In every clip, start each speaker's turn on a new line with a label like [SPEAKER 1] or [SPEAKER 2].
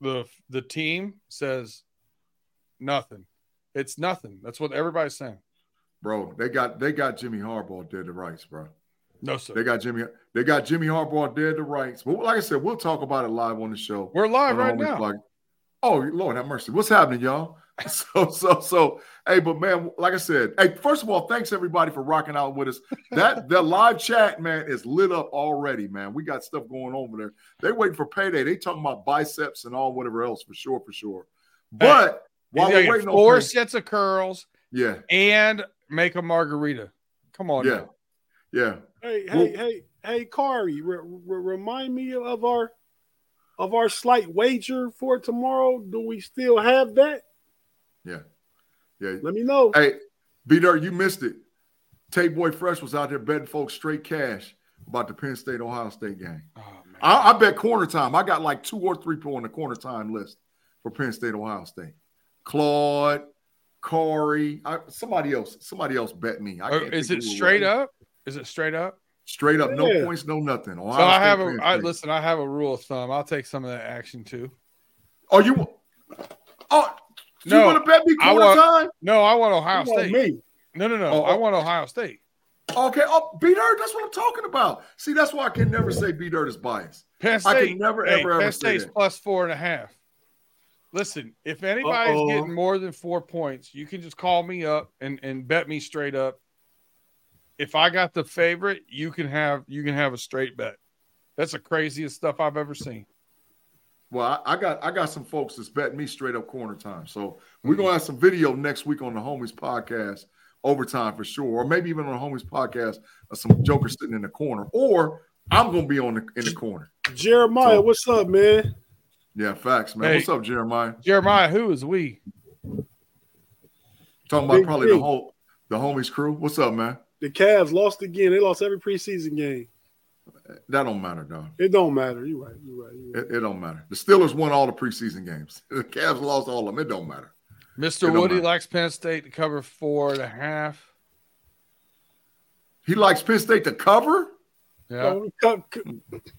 [SPEAKER 1] the the team says nothing. It's nothing. That's what everybody's saying.
[SPEAKER 2] bro. They got they got Jimmy Harbaugh dead to rights, bro.
[SPEAKER 1] No sir.
[SPEAKER 2] They got Jimmy they got Jimmy Harbaugh dead to rights. But like I said, we'll talk about it live on the show.
[SPEAKER 1] We're live
[SPEAKER 2] on
[SPEAKER 1] right
[SPEAKER 2] Always
[SPEAKER 1] now.
[SPEAKER 2] Black. oh Lord, have mercy. What's happening, y'all? So so so. Hey, but man, like I said, hey, first of all, thanks everybody for rocking out with us. That the live chat, man, is lit up already, man. We got stuff going over there. They waiting for payday. They talking about biceps and all whatever else for sure, for sure. But while
[SPEAKER 1] He's
[SPEAKER 2] we're
[SPEAKER 1] got
[SPEAKER 2] waiting on
[SPEAKER 1] four
[SPEAKER 2] pay-
[SPEAKER 1] sets of curls
[SPEAKER 2] yeah,
[SPEAKER 1] and make a margarita. Come on.
[SPEAKER 2] yeah,
[SPEAKER 1] now.
[SPEAKER 2] yeah.
[SPEAKER 3] Hey,
[SPEAKER 2] Well-
[SPEAKER 3] hey, hey, hey, Kari, re- re- remind me of our of our slight wager for tomorrow. Do we still have that?
[SPEAKER 2] Yeah.
[SPEAKER 3] Let me know.
[SPEAKER 2] Hey, B Dirt, you missed it. Tate Boy Fresh was out there betting folks straight cash about the Penn State Ohio State game.
[SPEAKER 1] Oh, man.
[SPEAKER 2] I, I bet corner time. I got like two or three people on the corner time list for Penn State Ohio State. Claude, Corey, I, somebody else, somebody else bet me. I
[SPEAKER 1] Oh,
[SPEAKER 2] can't
[SPEAKER 1] is
[SPEAKER 2] think
[SPEAKER 1] it
[SPEAKER 2] who was.
[SPEAKER 1] straight up? Is it straight up?
[SPEAKER 2] Straight up, no
[SPEAKER 3] Yeah.
[SPEAKER 2] points, no nothing. Ohio
[SPEAKER 1] So I have
[SPEAKER 2] State,
[SPEAKER 1] a
[SPEAKER 2] Penn
[SPEAKER 1] I,
[SPEAKER 2] State.
[SPEAKER 1] listen. I have a rule of thumb. I'll take some of that action too.
[SPEAKER 2] Oh, you? Oh, you
[SPEAKER 1] No,
[SPEAKER 2] want to bet me
[SPEAKER 1] I
[SPEAKER 2] corner
[SPEAKER 1] want-
[SPEAKER 2] time?
[SPEAKER 1] No, I want Ohio
[SPEAKER 3] You know
[SPEAKER 1] State.
[SPEAKER 3] me.
[SPEAKER 1] No, no, no.
[SPEAKER 2] Oh,
[SPEAKER 1] I
[SPEAKER 2] oh.
[SPEAKER 1] want Ohio State.
[SPEAKER 2] Okay. Oh, B Dirt, that's what I'm talking about. See, that's why I can never say B Dirt is biased.
[SPEAKER 1] Penn State.
[SPEAKER 2] I can never,
[SPEAKER 1] hey,
[SPEAKER 2] ever, ever
[SPEAKER 1] Penn
[SPEAKER 2] say
[SPEAKER 1] State's
[SPEAKER 2] that.
[SPEAKER 1] plus four and a half. Listen, if anybody's
[SPEAKER 3] Uh-oh.
[SPEAKER 1] getting more than four points, you can just call me up and, and bet me straight up. If I got the favorite, you can have you can have a straight bet. That's the craziest stuff I've ever seen.
[SPEAKER 2] Well, I, I got I got some folks that's betting me straight up corner time. So we're gonna have some video next week on the homies podcast overtime for sure, or maybe even on the homies podcast of some Joker sitting in the corner, or I'm gonna be on the in the corner.
[SPEAKER 3] Jeremiah,
[SPEAKER 2] So-
[SPEAKER 3] what's up, man?
[SPEAKER 2] Yeah, facts, man.
[SPEAKER 1] Hey.
[SPEAKER 2] What's up, Jeremiah?
[SPEAKER 1] Jeremiah, who is we?
[SPEAKER 2] Talking about
[SPEAKER 3] Big
[SPEAKER 2] probably
[SPEAKER 3] G.
[SPEAKER 2] the whole the homies crew. What's up, man?
[SPEAKER 3] The Cavs lost again. They lost every preseason game.
[SPEAKER 2] That don't matter, dog.
[SPEAKER 3] It don't matter. You right. You right. You right.
[SPEAKER 2] It, it don't matter. The Steelers won all the preseason games. The Cavs lost all of them. It don't matter.
[SPEAKER 1] Mr.
[SPEAKER 2] Good on
[SPEAKER 1] Woody
[SPEAKER 2] mine.
[SPEAKER 1] likes Penn State to cover four and a half.
[SPEAKER 2] He likes Penn State to cover.
[SPEAKER 1] Yeah.
[SPEAKER 3] Co- co-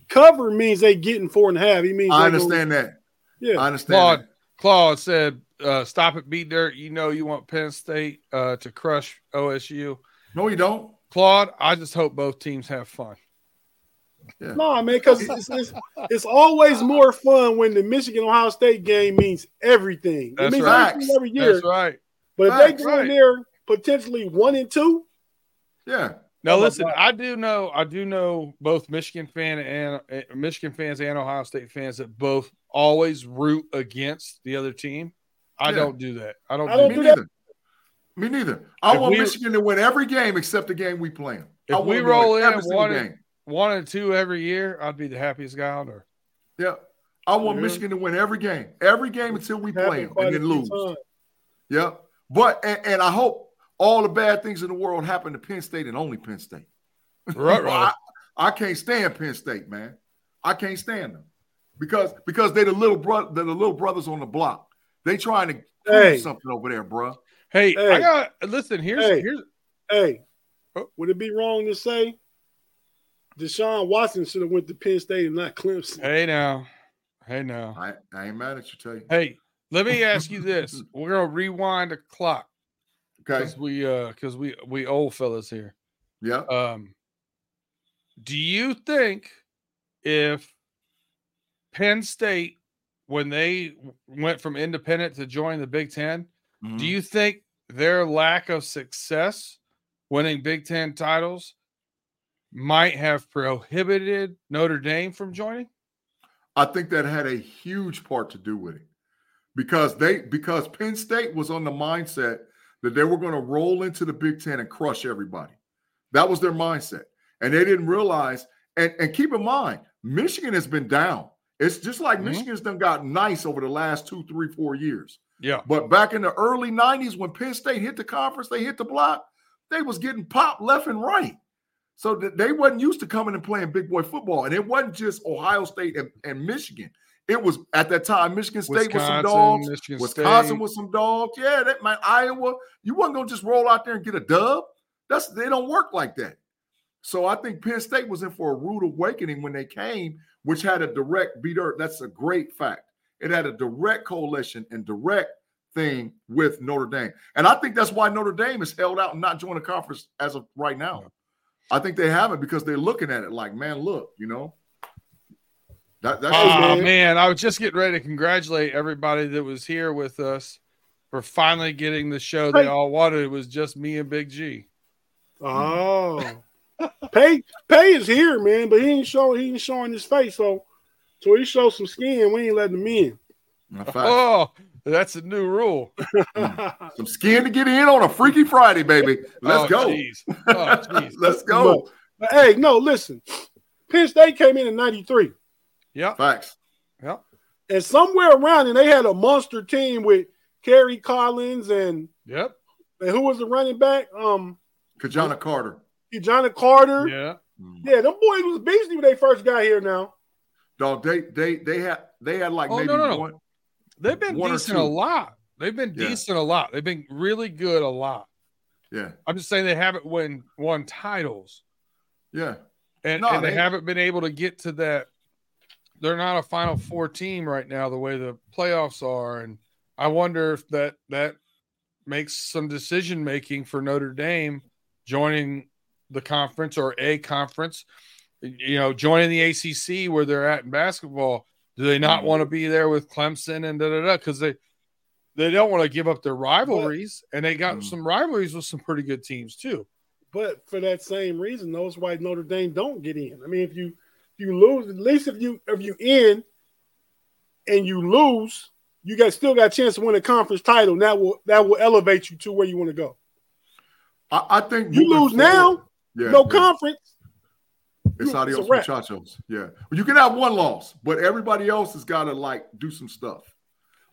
[SPEAKER 3] cover means they getting four and a half. He means
[SPEAKER 2] I
[SPEAKER 3] they gonna-
[SPEAKER 2] understand that.
[SPEAKER 3] Yeah.
[SPEAKER 2] I understand.
[SPEAKER 1] Claude,
[SPEAKER 2] that.
[SPEAKER 1] Claude said, uh, stop it, beat dirt. You know you want Penn State uh, to crush OSU.
[SPEAKER 2] No, you don't.
[SPEAKER 1] Claude, I just hope both teams have fun.
[SPEAKER 3] No, man, because it's, it's, it's always more fun when the Michigan Ohio State game means everything.
[SPEAKER 1] That's
[SPEAKER 3] it means
[SPEAKER 2] right.
[SPEAKER 3] everything every year.
[SPEAKER 1] That's right.
[SPEAKER 3] But if they
[SPEAKER 2] Facts,
[SPEAKER 3] go
[SPEAKER 1] right.
[SPEAKER 3] in there potentially one and two,
[SPEAKER 2] Yeah.
[SPEAKER 1] Now
[SPEAKER 3] Oh my
[SPEAKER 1] listen,
[SPEAKER 3] God.
[SPEAKER 1] I do know I do know both Michigan fan and uh, Michigan fans and Ohio State fans that both always root against the other team. I
[SPEAKER 2] Yeah.
[SPEAKER 1] don't do that. I don't.
[SPEAKER 3] I
[SPEAKER 1] do
[SPEAKER 3] don't
[SPEAKER 2] Me
[SPEAKER 1] that.
[SPEAKER 3] do that.
[SPEAKER 2] neither. Me neither. I
[SPEAKER 1] If
[SPEAKER 2] want
[SPEAKER 1] we-
[SPEAKER 2] Michigan to win every game except the game we play 'em.
[SPEAKER 1] If
[SPEAKER 2] I want
[SPEAKER 1] we
[SPEAKER 2] them to win
[SPEAKER 1] roll in
[SPEAKER 2] every
[SPEAKER 1] and
[SPEAKER 2] single
[SPEAKER 1] won it- One and two every year, I'd be the happiest guy on earth.
[SPEAKER 2] yeah, I want
[SPEAKER 3] Yeah.
[SPEAKER 1] Mm-hmm.
[SPEAKER 2] Michigan to win every game, every game until we
[SPEAKER 3] happened
[SPEAKER 2] play 'em
[SPEAKER 3] quite
[SPEAKER 2] and
[SPEAKER 3] a
[SPEAKER 2] then
[SPEAKER 3] few
[SPEAKER 2] lose.
[SPEAKER 3] times.
[SPEAKER 2] Yeah, but and, and I hope all the bad things in the world happen to Penn State and only Penn State.
[SPEAKER 1] Right,
[SPEAKER 2] I, I can't stand Penn State, man. I can't stand them because because they the little brother, they're the little brothers on the block. They trying to prove
[SPEAKER 3] Hey.
[SPEAKER 2] something over there, bruh.
[SPEAKER 1] Hey, I
[SPEAKER 3] Hey.
[SPEAKER 1] got listen. Here's
[SPEAKER 3] Hey.
[SPEAKER 1] here's
[SPEAKER 3] Hey,
[SPEAKER 1] Oh.
[SPEAKER 3] would it be wrong to say Deshaun Watson should have went to Penn State and not Clemson?
[SPEAKER 1] hey now, hey now.
[SPEAKER 2] I, I ain't mad at you, tell you.
[SPEAKER 1] Hey, let me ask you this: We're gonna rewind the clock
[SPEAKER 2] Okay,
[SPEAKER 1] because we uh because we we old fellas here.
[SPEAKER 2] yeah,
[SPEAKER 1] Um, do you think if Penn State, when they w- went from independent to join the Big 10
[SPEAKER 2] Mhm.
[SPEAKER 1] do you think their lack of success winning Big Ten titles might have prohibited Notre Dame from joining?
[SPEAKER 2] I think that had a huge part to do with it because they because Penn State was on the mindset that they were going to roll into the Big Ten and crush everybody. That was their mindset, and they didn't realize. And and keep in mind, Michigan has been down. It's just like
[SPEAKER 1] Mhm.
[SPEAKER 2] Michigan's done got nice over the last two, three, four years.
[SPEAKER 1] Yeah.
[SPEAKER 2] But back in the early '90s, when Penn State hit the conference, they hit the block. They was getting popped left and right. So th- they wasn't used to coming and playing big boy football, and it wasn't just Ohio State and, and Michigan. It was at that time Michigan State was some dogs,
[SPEAKER 1] Michigan
[SPEAKER 2] Wisconsin
[SPEAKER 1] State.
[SPEAKER 2] was some dogs. Yeah, that man, Iowa. You wasn't gonna just roll out there and get a dub. That's they don't work like that. So I think Penn State was in for a rude awakening when they came, which had a direct beat. That's a great fact. It had a direct coalition and direct thing with Notre Dame. And I think that's why Notre Dame is held out and not joining the conference as of right now. I think they haven't because they're looking at it like, man, look, you know. That, that's
[SPEAKER 1] Oh
[SPEAKER 3] good.
[SPEAKER 1] man, I was just getting ready to congratulate everybody that was here with us for finally getting the show they
[SPEAKER 3] Hey.
[SPEAKER 1] all wanted. It was just me and Big G.
[SPEAKER 3] Oh, pay pay is here, man, but he ain't show he ain't showing his face, so so he showed some skin. We ain't letting him in.
[SPEAKER 2] a fact.
[SPEAKER 1] Oh, that's a new rule.
[SPEAKER 2] Some skin to get in on a Freaky Friday, baby. Let's
[SPEAKER 1] Oh,
[SPEAKER 2] go.
[SPEAKER 1] jeez. Oh, jeez.
[SPEAKER 2] Let's go.
[SPEAKER 3] Look. But hey, no, listen. Penn State came in in '93,
[SPEAKER 1] Yep.
[SPEAKER 2] Facts.
[SPEAKER 3] and somewhere around, and they had a monster team with Kerry Collins and,
[SPEAKER 1] Yep.
[SPEAKER 3] and who was the running back? Um,
[SPEAKER 2] Kajana Carter.
[SPEAKER 3] Johnny Carter. Yeah.
[SPEAKER 1] Yeah.
[SPEAKER 3] them boys was beastly when they first got here. Now,
[SPEAKER 2] Dog, they they they had they had like
[SPEAKER 1] Oh,
[SPEAKER 2] maybe
[SPEAKER 1] no, no, no.
[SPEAKER 2] one.
[SPEAKER 1] They've been
[SPEAKER 2] One or
[SPEAKER 1] decent a
[SPEAKER 2] two.
[SPEAKER 1] lot. They've been
[SPEAKER 2] Yeah.
[SPEAKER 1] decent a lot. They've been really good a lot.
[SPEAKER 2] Yeah,
[SPEAKER 1] I'm just saying they haven't won won titles.
[SPEAKER 2] yeah.
[SPEAKER 1] and,
[SPEAKER 2] No,
[SPEAKER 1] and they,
[SPEAKER 2] they-
[SPEAKER 1] haven't been able to get to that. They're not a Final Four team right now, the way the playoffs are, and I wonder if that that makes some decision making for Notre Dame joining the conference or a conference. You know, joining the ACC where they're at in basketball. Do they not
[SPEAKER 2] Mhm.
[SPEAKER 1] want to be there with Clemson and da da da? Because they they don't want to give up their rivalries, and they got
[SPEAKER 2] Mhm.
[SPEAKER 1] some rivalries with some pretty good teams too.
[SPEAKER 3] but for that same reason, those why Notre Dame don't get in. I mean, if you if you lose, at least if you if you in and you lose, you got still got a chance to win a conference title. And that will that will elevate you to where you want to go.
[SPEAKER 2] I, I think
[SPEAKER 3] You
[SPEAKER 2] moving
[SPEAKER 3] lose
[SPEAKER 2] forward-
[SPEAKER 3] now,
[SPEAKER 2] Yeah,
[SPEAKER 3] no
[SPEAKER 2] yeah.
[SPEAKER 3] conference.
[SPEAKER 2] It's
[SPEAKER 3] It's a
[SPEAKER 2] adios
[SPEAKER 3] wrap.
[SPEAKER 2] muchachos. Yeah, well, you can have one loss, but everybody else has got to like do some stuff.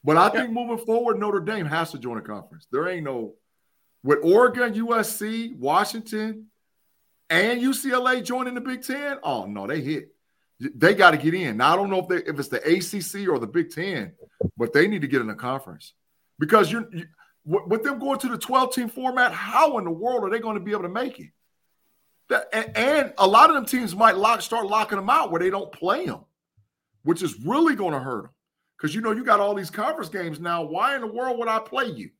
[SPEAKER 2] But I think moving forward, Notre Dame has to join a conference. There ain't no with Oregon, USC, Washington, and UCLA joining the Big Ten. Oh no, they hit. They got to get in. Now I don't know if they if it's the ACC or the Big Ten, but they need to get in a conference because you're you, with with them going to the 12 team format. How in the world are they going to be able to make it? That, and, and a lot of them teams might lock start locking them out where they don't play them, which is really going to hurt them. Because you know you got all these conference games now. Why in the world would I play you?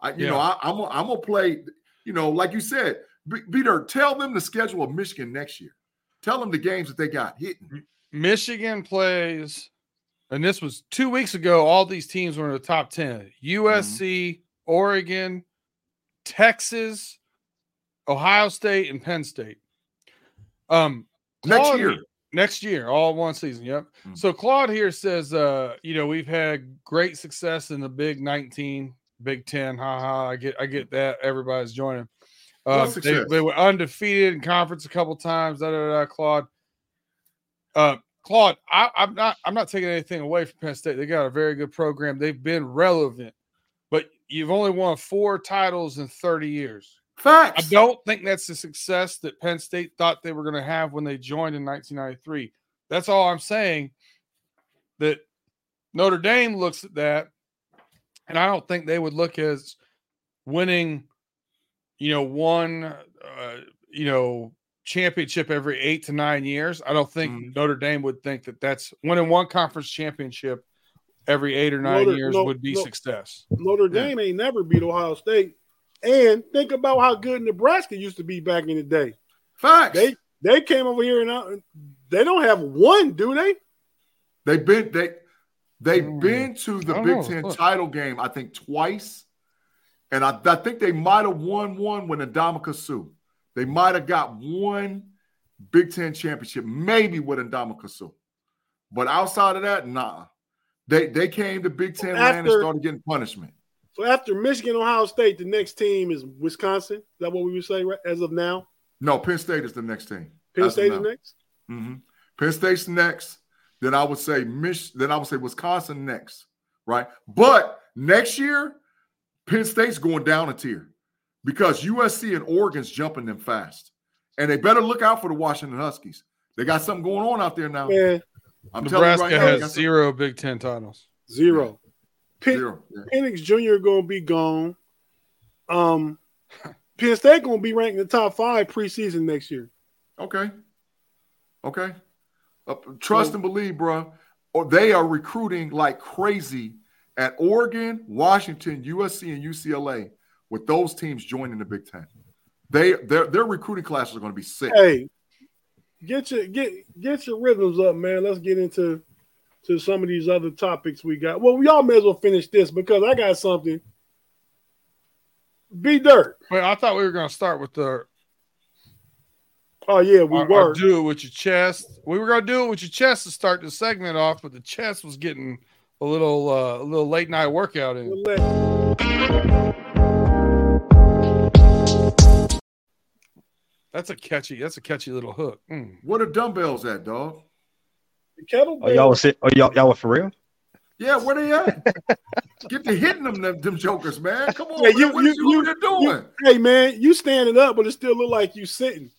[SPEAKER 2] I, you
[SPEAKER 1] Yeah.
[SPEAKER 2] know I, I'm gonna- I'm gonna play. You know, like you said, B- Peter, tell them the schedule of Michigan next year. Tell them the games that they got hitting.
[SPEAKER 1] Michigan plays, and this was two weeks ago. All these teams were in the top
[SPEAKER 2] Mm-hmm.
[SPEAKER 1] 10 USC, Oregon, Texas, Ohio State, and Penn State. Um,
[SPEAKER 2] Next
[SPEAKER 1] Claude-
[SPEAKER 2] year.
[SPEAKER 1] next year, all one season. Yep.
[SPEAKER 2] Mhm.
[SPEAKER 1] So Claude here says, uh, you know, we've had great success in the Big 19, Big 10. Ha ha. I get, I get that. Everybody's joining.
[SPEAKER 2] What
[SPEAKER 1] Uh, they,
[SPEAKER 2] success?
[SPEAKER 1] they were undefeated in conference a couple times. Da, da, da, Claude. Uh, Claude, I, I'm not, I'm not taking anything away from Penn State. They got a very good program. They've been relevant, but you've only won four titles in 30 years. I
[SPEAKER 2] Facts.
[SPEAKER 1] don't think that's the success that Penn State thought they were going to have when they joined in 1993. That's all I'm saying. That Notre Dame looks at that, and I don't think they would look as winning, you know, one, uh, you know, championship every eight to nine years. I don't think
[SPEAKER 2] Mhm.
[SPEAKER 1] Notre Dame would think that that's winning one conference championship every eight or nine
[SPEAKER 3] Notre-
[SPEAKER 1] years
[SPEAKER 3] no,
[SPEAKER 1] would be
[SPEAKER 3] no.
[SPEAKER 1] success.
[SPEAKER 3] Notre Dame ain't never beat Ohio State. And think about how good Nebraska used to be back in the day.
[SPEAKER 2] Facts.
[SPEAKER 3] They
[SPEAKER 2] They,
[SPEAKER 3] they came over here and uh, they don't have one, do they?
[SPEAKER 2] have been they they've
[SPEAKER 1] Mm.
[SPEAKER 2] been to the
[SPEAKER 1] I don't
[SPEAKER 2] Big
[SPEAKER 1] know.
[SPEAKER 2] Ten
[SPEAKER 1] Look.
[SPEAKER 2] title game, I think, twice. And I, I think they might have won one when Adamika Sue. They might have got one Big Ten championship, maybe with Adamika Sue. But outside of that, nah. They they came to Big Ten land and
[SPEAKER 3] After-
[SPEAKER 2] started getting punishment.
[SPEAKER 3] So after Michigan, Ohio State, the next team is Wisconsin. Is that what we would say right, as of now?
[SPEAKER 2] No, Penn State is the next team.
[SPEAKER 3] Penn
[SPEAKER 2] As of
[SPEAKER 3] State
[SPEAKER 2] now.
[SPEAKER 3] is next.
[SPEAKER 2] hmm Penn State's next. Then I would say Mich. Then I would say Wisconsin next, right? But next year, Penn State's going down a tier because USC and Oregon's jumping them fast, and they better look out for the Washington Huskies. They got something going on out there now.
[SPEAKER 3] Man,
[SPEAKER 2] I'm
[SPEAKER 1] Nebraska
[SPEAKER 2] telling you right now, they got
[SPEAKER 1] has zero Big Ten titles.
[SPEAKER 3] zero.
[SPEAKER 2] something-
[SPEAKER 3] Penn,
[SPEAKER 2] zero. Yeah.
[SPEAKER 3] Penix Jr. gonna be gone. Um, Penn State gonna be ranked in the top five preseason next year.
[SPEAKER 2] Okay. Okay. Uh, trust and believe, bro. or they are recruiting like crazy at Oregon, Washington, USC, and UCLA with those teams joining the Big Ten. They their their recruiting classes are going to be sick.
[SPEAKER 3] Hey, get your get get your rhythms up, man. Let's get into to some of these other topics we got. Well, we all may as well finish this because I got something. Be dirt.
[SPEAKER 1] But I thought we were going to start with the
[SPEAKER 3] Oh yeah, we
[SPEAKER 1] or- or
[SPEAKER 3] were.
[SPEAKER 1] do it with your chest. We were gonna do it with your chest to start the segment off, but the chest was getting a little uh, a little late night workout in.
[SPEAKER 3] We'll let-
[SPEAKER 1] That's a catchy. That's a catchy little hook. Mm.
[SPEAKER 2] What are dumbbells at, dog?
[SPEAKER 3] the kettlebell.
[SPEAKER 4] Oh, y'all was sit- oh, y'all, y'all were for real?
[SPEAKER 2] Yeah, where they at? Get to hitting them, them, them jokers, man. Come on,
[SPEAKER 3] Yeah,
[SPEAKER 2] man,
[SPEAKER 3] you-
[SPEAKER 2] what
[SPEAKER 3] you-
[SPEAKER 2] is you,
[SPEAKER 3] you-
[SPEAKER 2] over there doing?
[SPEAKER 3] hey man, you standing up, but it still look like you sitting.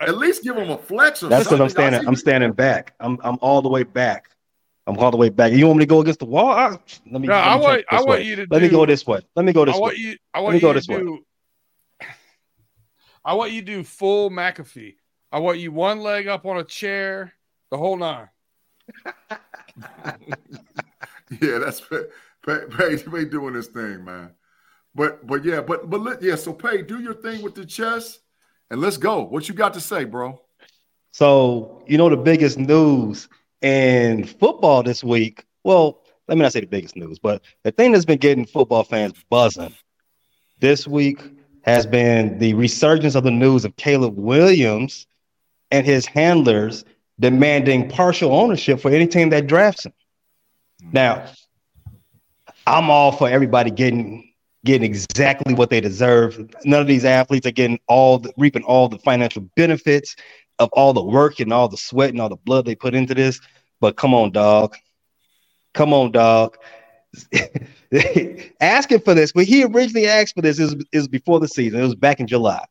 [SPEAKER 2] At least give them a flex or
[SPEAKER 4] That's because
[SPEAKER 2] something.
[SPEAKER 4] I'm standing.
[SPEAKER 2] I
[SPEAKER 4] I'm
[SPEAKER 2] see-
[SPEAKER 4] standing back. I'm I'm all the way back. I'm all the way back. You want me to go against the wall? I, let
[SPEAKER 1] No,
[SPEAKER 4] me. let me
[SPEAKER 1] I
[SPEAKER 4] check
[SPEAKER 1] want I
[SPEAKER 4] this
[SPEAKER 1] want
[SPEAKER 4] way.
[SPEAKER 1] you to.
[SPEAKER 4] Let
[SPEAKER 1] do,
[SPEAKER 4] me go this way. Let me go this
[SPEAKER 1] I want
[SPEAKER 4] way.
[SPEAKER 1] you. I
[SPEAKER 4] me
[SPEAKER 1] want
[SPEAKER 4] go
[SPEAKER 1] you to
[SPEAKER 4] this way.
[SPEAKER 1] do. I want you to do full McAfee. I want you one leg up on a chair, the whole nine.
[SPEAKER 2] Yeah, that's Pay, Pay, Pay, Pay doing his thing, man. But but yeah, but but let, yeah. So Pay, do your thing with the chest, and let's go. What you got to say, bro?
[SPEAKER 4] So you know the biggest news in football this week. Well, let me not say the biggest news, but the thing that's been getting football fans buzzing this week has been the resurgence of the news of Caleb Williams and his handlers demanding partial ownership for any team that drafts him. Now, I'm all for everybody getting getting exactly what they deserve. None of these athletes are getting all the, reaping all the financial benefits of all the work and all the sweat and all the blood they put into this. But come on, dog. Come on, dog. Asking for this, but he originally asked for this is is before the season. It was back in July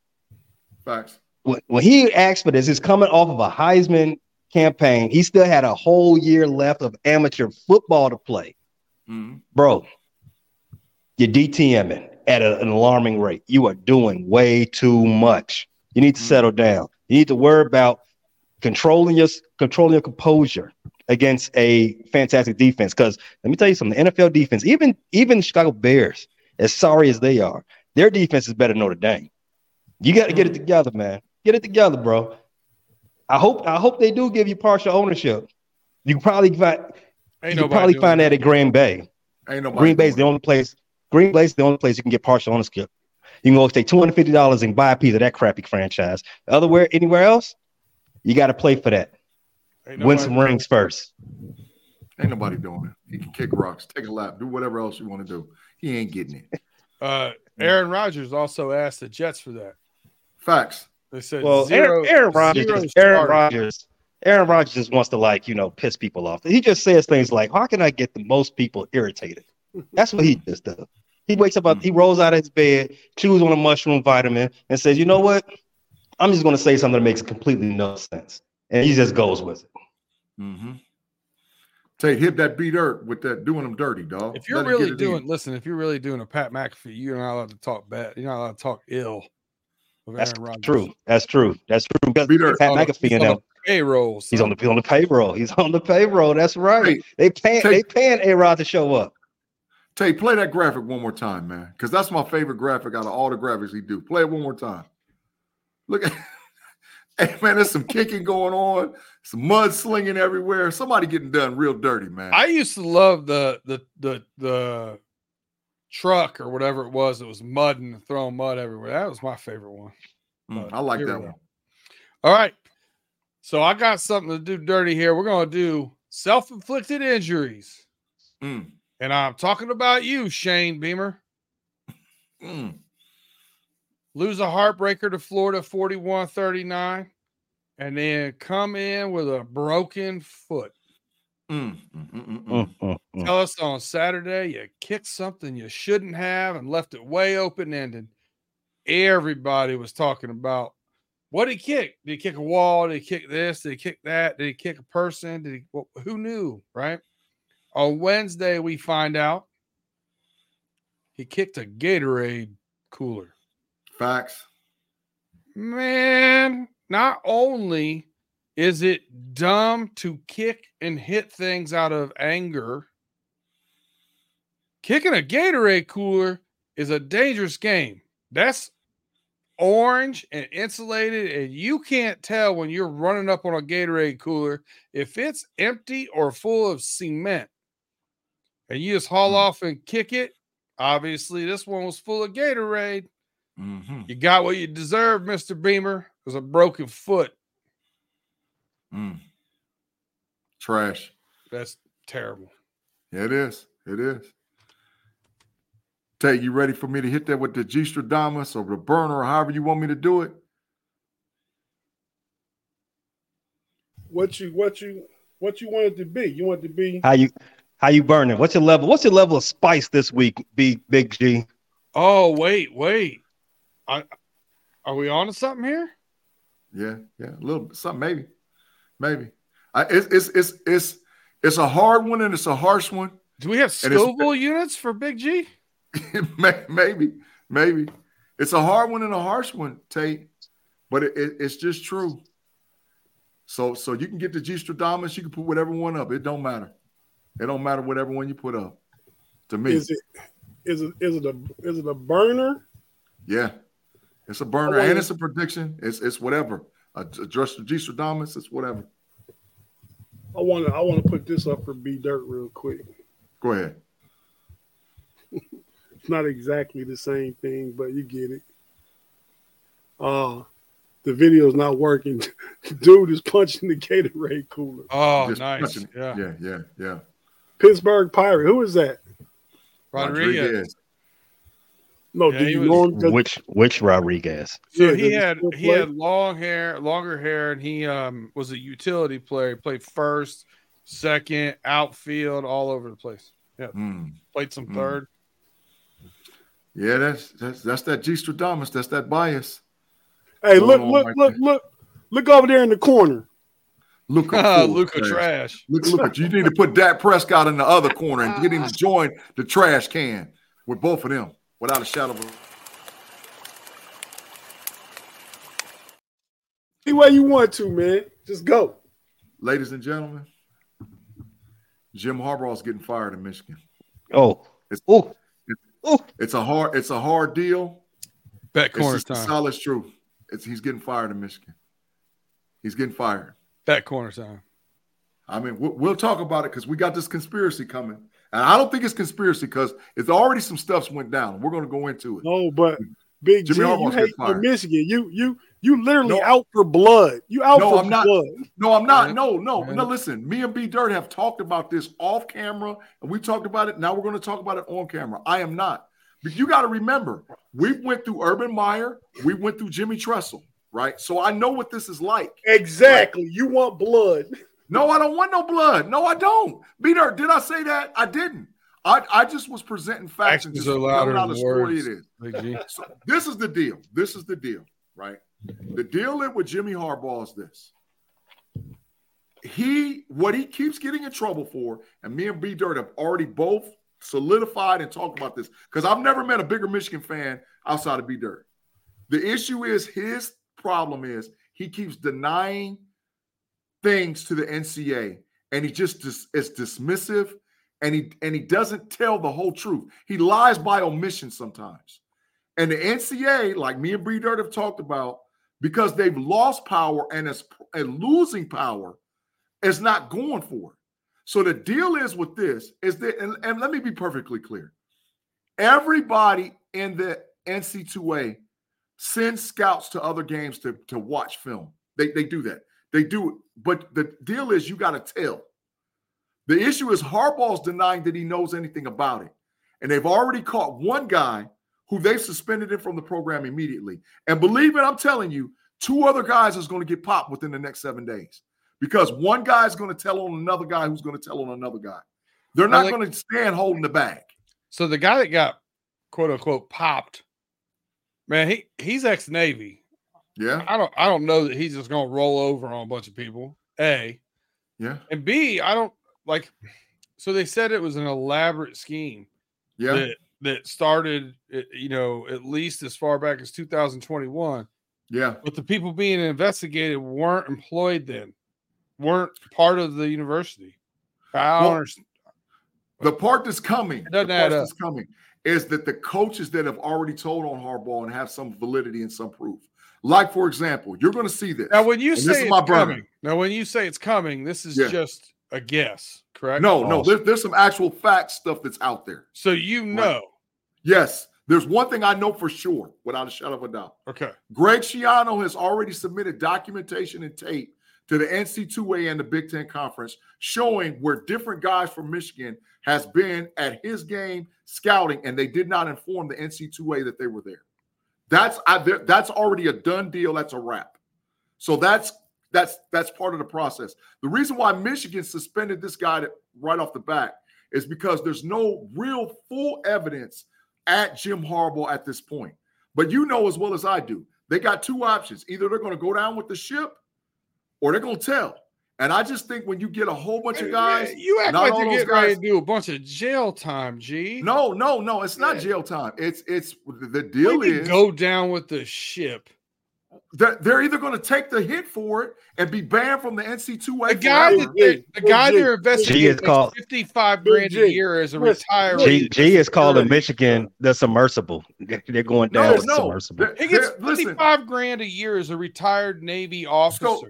[SPEAKER 2] Facts.
[SPEAKER 4] when, when he asked for this, he's coming off of a Heisman campaign. He still had a whole year left of amateur football to play.
[SPEAKER 2] Mhm.
[SPEAKER 4] Bro, you're DTMing at a- an alarming rate. You are doing way too much. You need to
[SPEAKER 1] Mm-hmm.
[SPEAKER 4] settle down. You need to worry about controlling your controlling your composure against a fantastic defense. Because let me tell you something, the NFL defense, even even the Chicago Bears, as sorry as they are, their defense is better than Notre Dame. You got to get it
[SPEAKER 1] Mm-hmm.
[SPEAKER 4] together, man. Get it together, bro. I hope I hope they do give you partial ownership. You can probably find
[SPEAKER 1] Ain't
[SPEAKER 4] you can
[SPEAKER 1] nobody
[SPEAKER 4] probably
[SPEAKER 1] doing
[SPEAKER 4] find
[SPEAKER 1] that.
[SPEAKER 4] that at Green Bay.
[SPEAKER 2] Ain't nobody.
[SPEAKER 4] Green Bay's the
[SPEAKER 2] doing
[SPEAKER 4] only place. Green Bay's the only place you can get partial ownership. You can go take two hundred fifty dollars and buy a piece of that crappy franchise. Otherwhere, anywhere else, you got to play for that.
[SPEAKER 1] Ain't
[SPEAKER 4] Win
[SPEAKER 1] nobody-
[SPEAKER 4] some rings first.
[SPEAKER 2] it. Ain't nobody doing it. He can kick rocks, take a lap, do whatever else you want to do. He ain't getting it.
[SPEAKER 1] Uh, Aaron Rodgers also asked the Jets for that.
[SPEAKER 2] Facts.
[SPEAKER 1] They said
[SPEAKER 4] Well,
[SPEAKER 1] zero,
[SPEAKER 4] Aaron, Aaron Rodgers,
[SPEAKER 1] zero
[SPEAKER 4] just, Aaron
[SPEAKER 1] starters.
[SPEAKER 4] Rodgers, Aaron Rodgers just wants to like you know piss people off. He just says things like, "How can I get the most people irritated?" That's what he just does. He wakes up, he rolls out of his bed, chews on a mushroom vitamin, and says, "You know what? I'm just going to say something that makes completely no sense," and he just goes with it.
[SPEAKER 2] Mm-hmm. Tate hit that beat dirt with that doing them dirty, dog.
[SPEAKER 1] If you're
[SPEAKER 2] Let him
[SPEAKER 1] really
[SPEAKER 2] get it in.
[SPEAKER 1] doing, listen, if you're really doing a Pat McAfee, you're not allowed to talk bad. You're not allowed to talk ill. Of
[SPEAKER 4] That's
[SPEAKER 1] Aaron Rodgers.
[SPEAKER 4] true. That's true. That's true. Because
[SPEAKER 2] Beat her.
[SPEAKER 4] Pat
[SPEAKER 1] on the-
[SPEAKER 4] McAfee
[SPEAKER 1] he's
[SPEAKER 4] and
[SPEAKER 1] on
[SPEAKER 4] him,
[SPEAKER 1] the payroll.
[SPEAKER 4] he's on the he's on the payroll. He's on the payroll. That's right.
[SPEAKER 2] Hey,
[SPEAKER 4] They paying
[SPEAKER 2] take-
[SPEAKER 4] they paying A Rod to show up.
[SPEAKER 2] Tay, play that graphic one more time, man, because that's my favorite graphic out of all the graphics he do. Play it one more time. Look at, hey man, there's some kicking going on, some mud slinging everywhere. Somebody getting done real dirty, man.
[SPEAKER 1] I used to love the the the the truck or whatever it was that was mudding and throwing mud everywhere. That was my favorite one.
[SPEAKER 2] Mm, I like
[SPEAKER 1] Here
[SPEAKER 2] that
[SPEAKER 1] we
[SPEAKER 2] one.
[SPEAKER 1] All right. So I got something to do dirty here. We're gonna do self-inflicted injuries.
[SPEAKER 2] Mm,
[SPEAKER 1] And I'm talking about you, Shane Beamer.
[SPEAKER 2] mm.
[SPEAKER 1] lose a heartbreaker to Florida 41 39, and then come in with a broken foot.
[SPEAKER 2] Mm, mm, mm, mm, mm.
[SPEAKER 4] Mm, mm, mm.
[SPEAKER 1] Tell us on Saturday you kicked something you shouldn't have and left it way open ended. Everybody was talking about what did he kick? Did he kick a wall? Did he kick this? Did he kick that? Did he kick a person? Did he? wh- Who knew? Right. On Wednesday, we find out he kicked a Gatorade cooler.
[SPEAKER 2] Facts.
[SPEAKER 1] Man, not only Is it dumb to kick and hit things out of anger? Kicking a Gatorade cooler is a dangerous game. That's orange and insulated, and you can't tell when you're running up on a Gatorade cooler if it's empty or full of cement. And you just haul
[SPEAKER 2] Hmm.
[SPEAKER 1] off and kick it. Obviously, this one was full of Gatorade.
[SPEAKER 2] Mm-hmm.
[SPEAKER 1] You got what you deserve, Mr. Beamer. It was a broken foot.
[SPEAKER 2] Mm. Trash.
[SPEAKER 1] That's terrible.
[SPEAKER 2] Yeah, it is. It is. Tate, you ready for me to hit that with the G Stradamus or the burner or however you want me to do it?
[SPEAKER 3] What you what you what you want it to be? You want it to be
[SPEAKER 4] How you how you burning? What's your level? What's your level of spice this week, B Big G?
[SPEAKER 1] Oh, wait, wait. I, are we on to something here?
[SPEAKER 2] Yeah, yeah, a little bit, something maybe, maybe. I, it's it's it's it's it's a hard one and it's a harsh one.
[SPEAKER 1] Do we have
[SPEAKER 2] And it's-
[SPEAKER 1] Scoville units for Big G?
[SPEAKER 2] May- maybe, maybe. It's a hard one and a harsh one, Tate, but it, it- it's just true. So so you can get the G Stradamus, you can put whatever one up. It don't matter. It don't matter whatever one you put up. To me,
[SPEAKER 3] is it is it is it a is it a burner?
[SPEAKER 2] yeah, it's a burner
[SPEAKER 3] I wanna-
[SPEAKER 2] and it's a prediction. It's it's whatever. A, a Dr- G Stradamus, it's whatever.
[SPEAKER 3] I want to I want to put this up for B Dirt real quick.
[SPEAKER 2] Go ahead.
[SPEAKER 3] It's not exactly the same thing, but you get it. Uh the video's not working. Dude is punching the Gatorade cooler.
[SPEAKER 1] Oh,
[SPEAKER 2] Just
[SPEAKER 1] nice.
[SPEAKER 2] punching it.
[SPEAKER 1] Yeah.
[SPEAKER 2] yeah, yeah, yeah.
[SPEAKER 3] Pittsburgh Pirate. Who is that?
[SPEAKER 1] Rodriguez.
[SPEAKER 3] No,
[SPEAKER 1] Yeah,
[SPEAKER 3] do
[SPEAKER 1] he
[SPEAKER 3] you
[SPEAKER 1] was-
[SPEAKER 3] know him?
[SPEAKER 4] Which which Rodriguez?
[SPEAKER 1] So
[SPEAKER 3] Yeah,
[SPEAKER 1] he
[SPEAKER 3] does he
[SPEAKER 1] had
[SPEAKER 3] still
[SPEAKER 1] he
[SPEAKER 3] play?
[SPEAKER 1] had long hair, longer hair, and he um was a utility player. He played first, second, outfield, all over the place.
[SPEAKER 2] Mm.
[SPEAKER 1] Played some
[SPEAKER 2] Mm.
[SPEAKER 1] third.
[SPEAKER 2] Yeah, that's that's that's that G Stradamus. That's that bias.
[SPEAKER 3] Hey, look,
[SPEAKER 2] Oh,
[SPEAKER 3] look,
[SPEAKER 2] my
[SPEAKER 3] look,
[SPEAKER 2] God.
[SPEAKER 3] look, look over there in the corner.
[SPEAKER 2] Look,
[SPEAKER 1] Luca Ah, trash.
[SPEAKER 2] Look, look, you need to put Dak Prescott in the other corner and get him to join the trash can with both of them, without a shadow of a.
[SPEAKER 3] Any way you want to, man. Just go.
[SPEAKER 2] Ladies and gentlemen, Jim Harbaugh's getting fired in Michigan.
[SPEAKER 4] Oh,
[SPEAKER 2] It's-
[SPEAKER 4] oh, oh.
[SPEAKER 2] It's a hard, it's a hard deal.
[SPEAKER 1] Bet
[SPEAKER 2] It's
[SPEAKER 1] corner
[SPEAKER 2] just the
[SPEAKER 1] time.
[SPEAKER 2] solid truth. It's he's getting fired in Michigan. He's getting fired.
[SPEAKER 1] Bet corner time.
[SPEAKER 2] I mean, we'll, we'll talk about it because we got this conspiracy coming, and I don't think it's conspiracy because it's already some stuffs went down. We're going to go into it.
[SPEAKER 3] No, but Big
[SPEAKER 2] Jimmy
[SPEAKER 3] G, you
[SPEAKER 2] Harbaugh's
[SPEAKER 3] hate
[SPEAKER 2] been
[SPEAKER 3] for
[SPEAKER 2] fired.
[SPEAKER 3] Michigan. You you you literally
[SPEAKER 2] No.
[SPEAKER 3] out for blood. You out
[SPEAKER 2] No,
[SPEAKER 3] for
[SPEAKER 2] I'm not.
[SPEAKER 3] blood.
[SPEAKER 2] No, I'm not.
[SPEAKER 1] Yeah.
[SPEAKER 2] No, no,
[SPEAKER 1] Yeah.
[SPEAKER 2] no. Listen, me and B Dirt have talked about this off camera, and we talked about it. Now we're going to talk about it on camera. I am not, but you got to remember, we went through Urban Meyer, we went through Jimmy Tressel, right? So I know what this is like.
[SPEAKER 3] Exactly. You want blood.
[SPEAKER 2] No, I don't want no blood. No, I don't. B Dirt, did I say that? I didn't. I, I just was presenting facts and
[SPEAKER 1] Actions
[SPEAKER 2] just
[SPEAKER 1] are louder
[SPEAKER 2] telling how the
[SPEAKER 1] than
[SPEAKER 2] story
[SPEAKER 1] words.
[SPEAKER 2] it is.
[SPEAKER 1] Big G.
[SPEAKER 2] So this is the deal. This is the deal, right? The deal with Jimmy Harbaugh is this. He what he keeps getting in trouble for, and me and B Dirt have already both solidified and talked about this because I've never met a bigger Michigan fan outside of B Dirt. The issue is his problem is he keeps denying things to the NCA, and he just dis- is dismissive, and he and he doesn't tell the whole truth. He lies by omission sometimes. And the NCA, like me and Bree Dirt have talked about, because they've lost power and is and losing power, is not going for it. So the deal is with this is that, and, and let me be perfectly clear: everybody in the NC2A sends scouts to other games to, to watch film. They they do that. They do it. But the deal is you got to tell. The issue is Harbaugh's denying that he knows anything about it. And they've already caught one guy who they've suspended him from the program immediately. And believe it, I'm telling you, two other guys is going to get popped within the next seven days because one guy is going to tell on another guy who's going to tell on another guy. They're not
[SPEAKER 1] like-
[SPEAKER 2] going to stand holding the bag.
[SPEAKER 1] So the guy that got quote unquote popped, man, he he's ex Navy.
[SPEAKER 2] Yeah,
[SPEAKER 1] I don't I don't know that he's just gonna roll over on a bunch of people. A
[SPEAKER 2] yeah,
[SPEAKER 1] and B, I don't like. So they said it was an elaborate scheme
[SPEAKER 2] yeah.
[SPEAKER 1] that that started, eh, you know, at least as far back as 2021.
[SPEAKER 2] Yeah,
[SPEAKER 1] But the people being investigated weren't employed then. weren't part of the university. I don't
[SPEAKER 2] Well,
[SPEAKER 1] understand.
[SPEAKER 2] The part that's coming, the
[SPEAKER 1] doesn't
[SPEAKER 2] part
[SPEAKER 1] add up.
[SPEAKER 2] that's coming is that the coaches that have already told on Harbaugh and have some validity and some proof. Like, for example, you're going to see this.
[SPEAKER 1] Now, when you
[SPEAKER 2] And
[SPEAKER 1] say
[SPEAKER 2] this is
[SPEAKER 1] it's
[SPEAKER 2] my burner.
[SPEAKER 1] coming, now when you say it's coming, this is
[SPEAKER 2] Yeah.
[SPEAKER 1] just a guess, correct?
[SPEAKER 2] no, no,
[SPEAKER 4] Oh.
[SPEAKER 2] there's, there's some actual fact stuff that's out there.
[SPEAKER 1] So you know,
[SPEAKER 2] Yes, there's one thing I know for sure without a shadow of a doubt.
[SPEAKER 1] okay,
[SPEAKER 2] Greg Schiano has already submitted documentation and tape to the NC2A and the Big Ten Conference showing where different guys from Michigan has been at his game scouting, and they did not inform the NC2A that they were there. That's I, there- that's already a done deal. That's a wrap. So that's that's that's part of the process. The reason why Michigan suspended this guy to- right off the bat is because there's no real full evidence at Jim Harbaugh at this point. But you know as well as I do, they got two options. Either they're going to go down with the ship or they're going to tell. And I just think when you get a whole bunch of guys,
[SPEAKER 1] you act
[SPEAKER 2] not
[SPEAKER 1] like
[SPEAKER 2] all
[SPEAKER 1] you're
[SPEAKER 2] those
[SPEAKER 1] getting ready
[SPEAKER 2] guys-
[SPEAKER 1] to do a bunch of jail time, G.
[SPEAKER 2] no, no, no, it's not
[SPEAKER 1] Yeah.
[SPEAKER 2] jail time. It's it's
[SPEAKER 1] We
[SPEAKER 2] the deal
[SPEAKER 1] can
[SPEAKER 2] is
[SPEAKER 1] go down with the ship.
[SPEAKER 2] they're, they're either going to take the hit for it and be banned from the NC2A.
[SPEAKER 1] The guy
[SPEAKER 2] forever.
[SPEAKER 1] that they, the guy
[SPEAKER 3] Big G.
[SPEAKER 1] they're
[SPEAKER 4] G
[SPEAKER 1] investigating
[SPEAKER 4] is called-
[SPEAKER 1] fifty-five
[SPEAKER 3] Big
[SPEAKER 1] grand a
[SPEAKER 3] G.
[SPEAKER 1] year as a
[SPEAKER 3] Listen,
[SPEAKER 4] G,
[SPEAKER 1] retiree.
[SPEAKER 4] G is calling
[SPEAKER 1] Security.
[SPEAKER 4] Michigan the submersible. They're going down
[SPEAKER 2] no,
[SPEAKER 4] with the
[SPEAKER 2] no.
[SPEAKER 4] submersible.
[SPEAKER 2] They're-
[SPEAKER 1] He gets
[SPEAKER 2] they're- listen,
[SPEAKER 1] fifty-five grand a year as a retired Navy officer.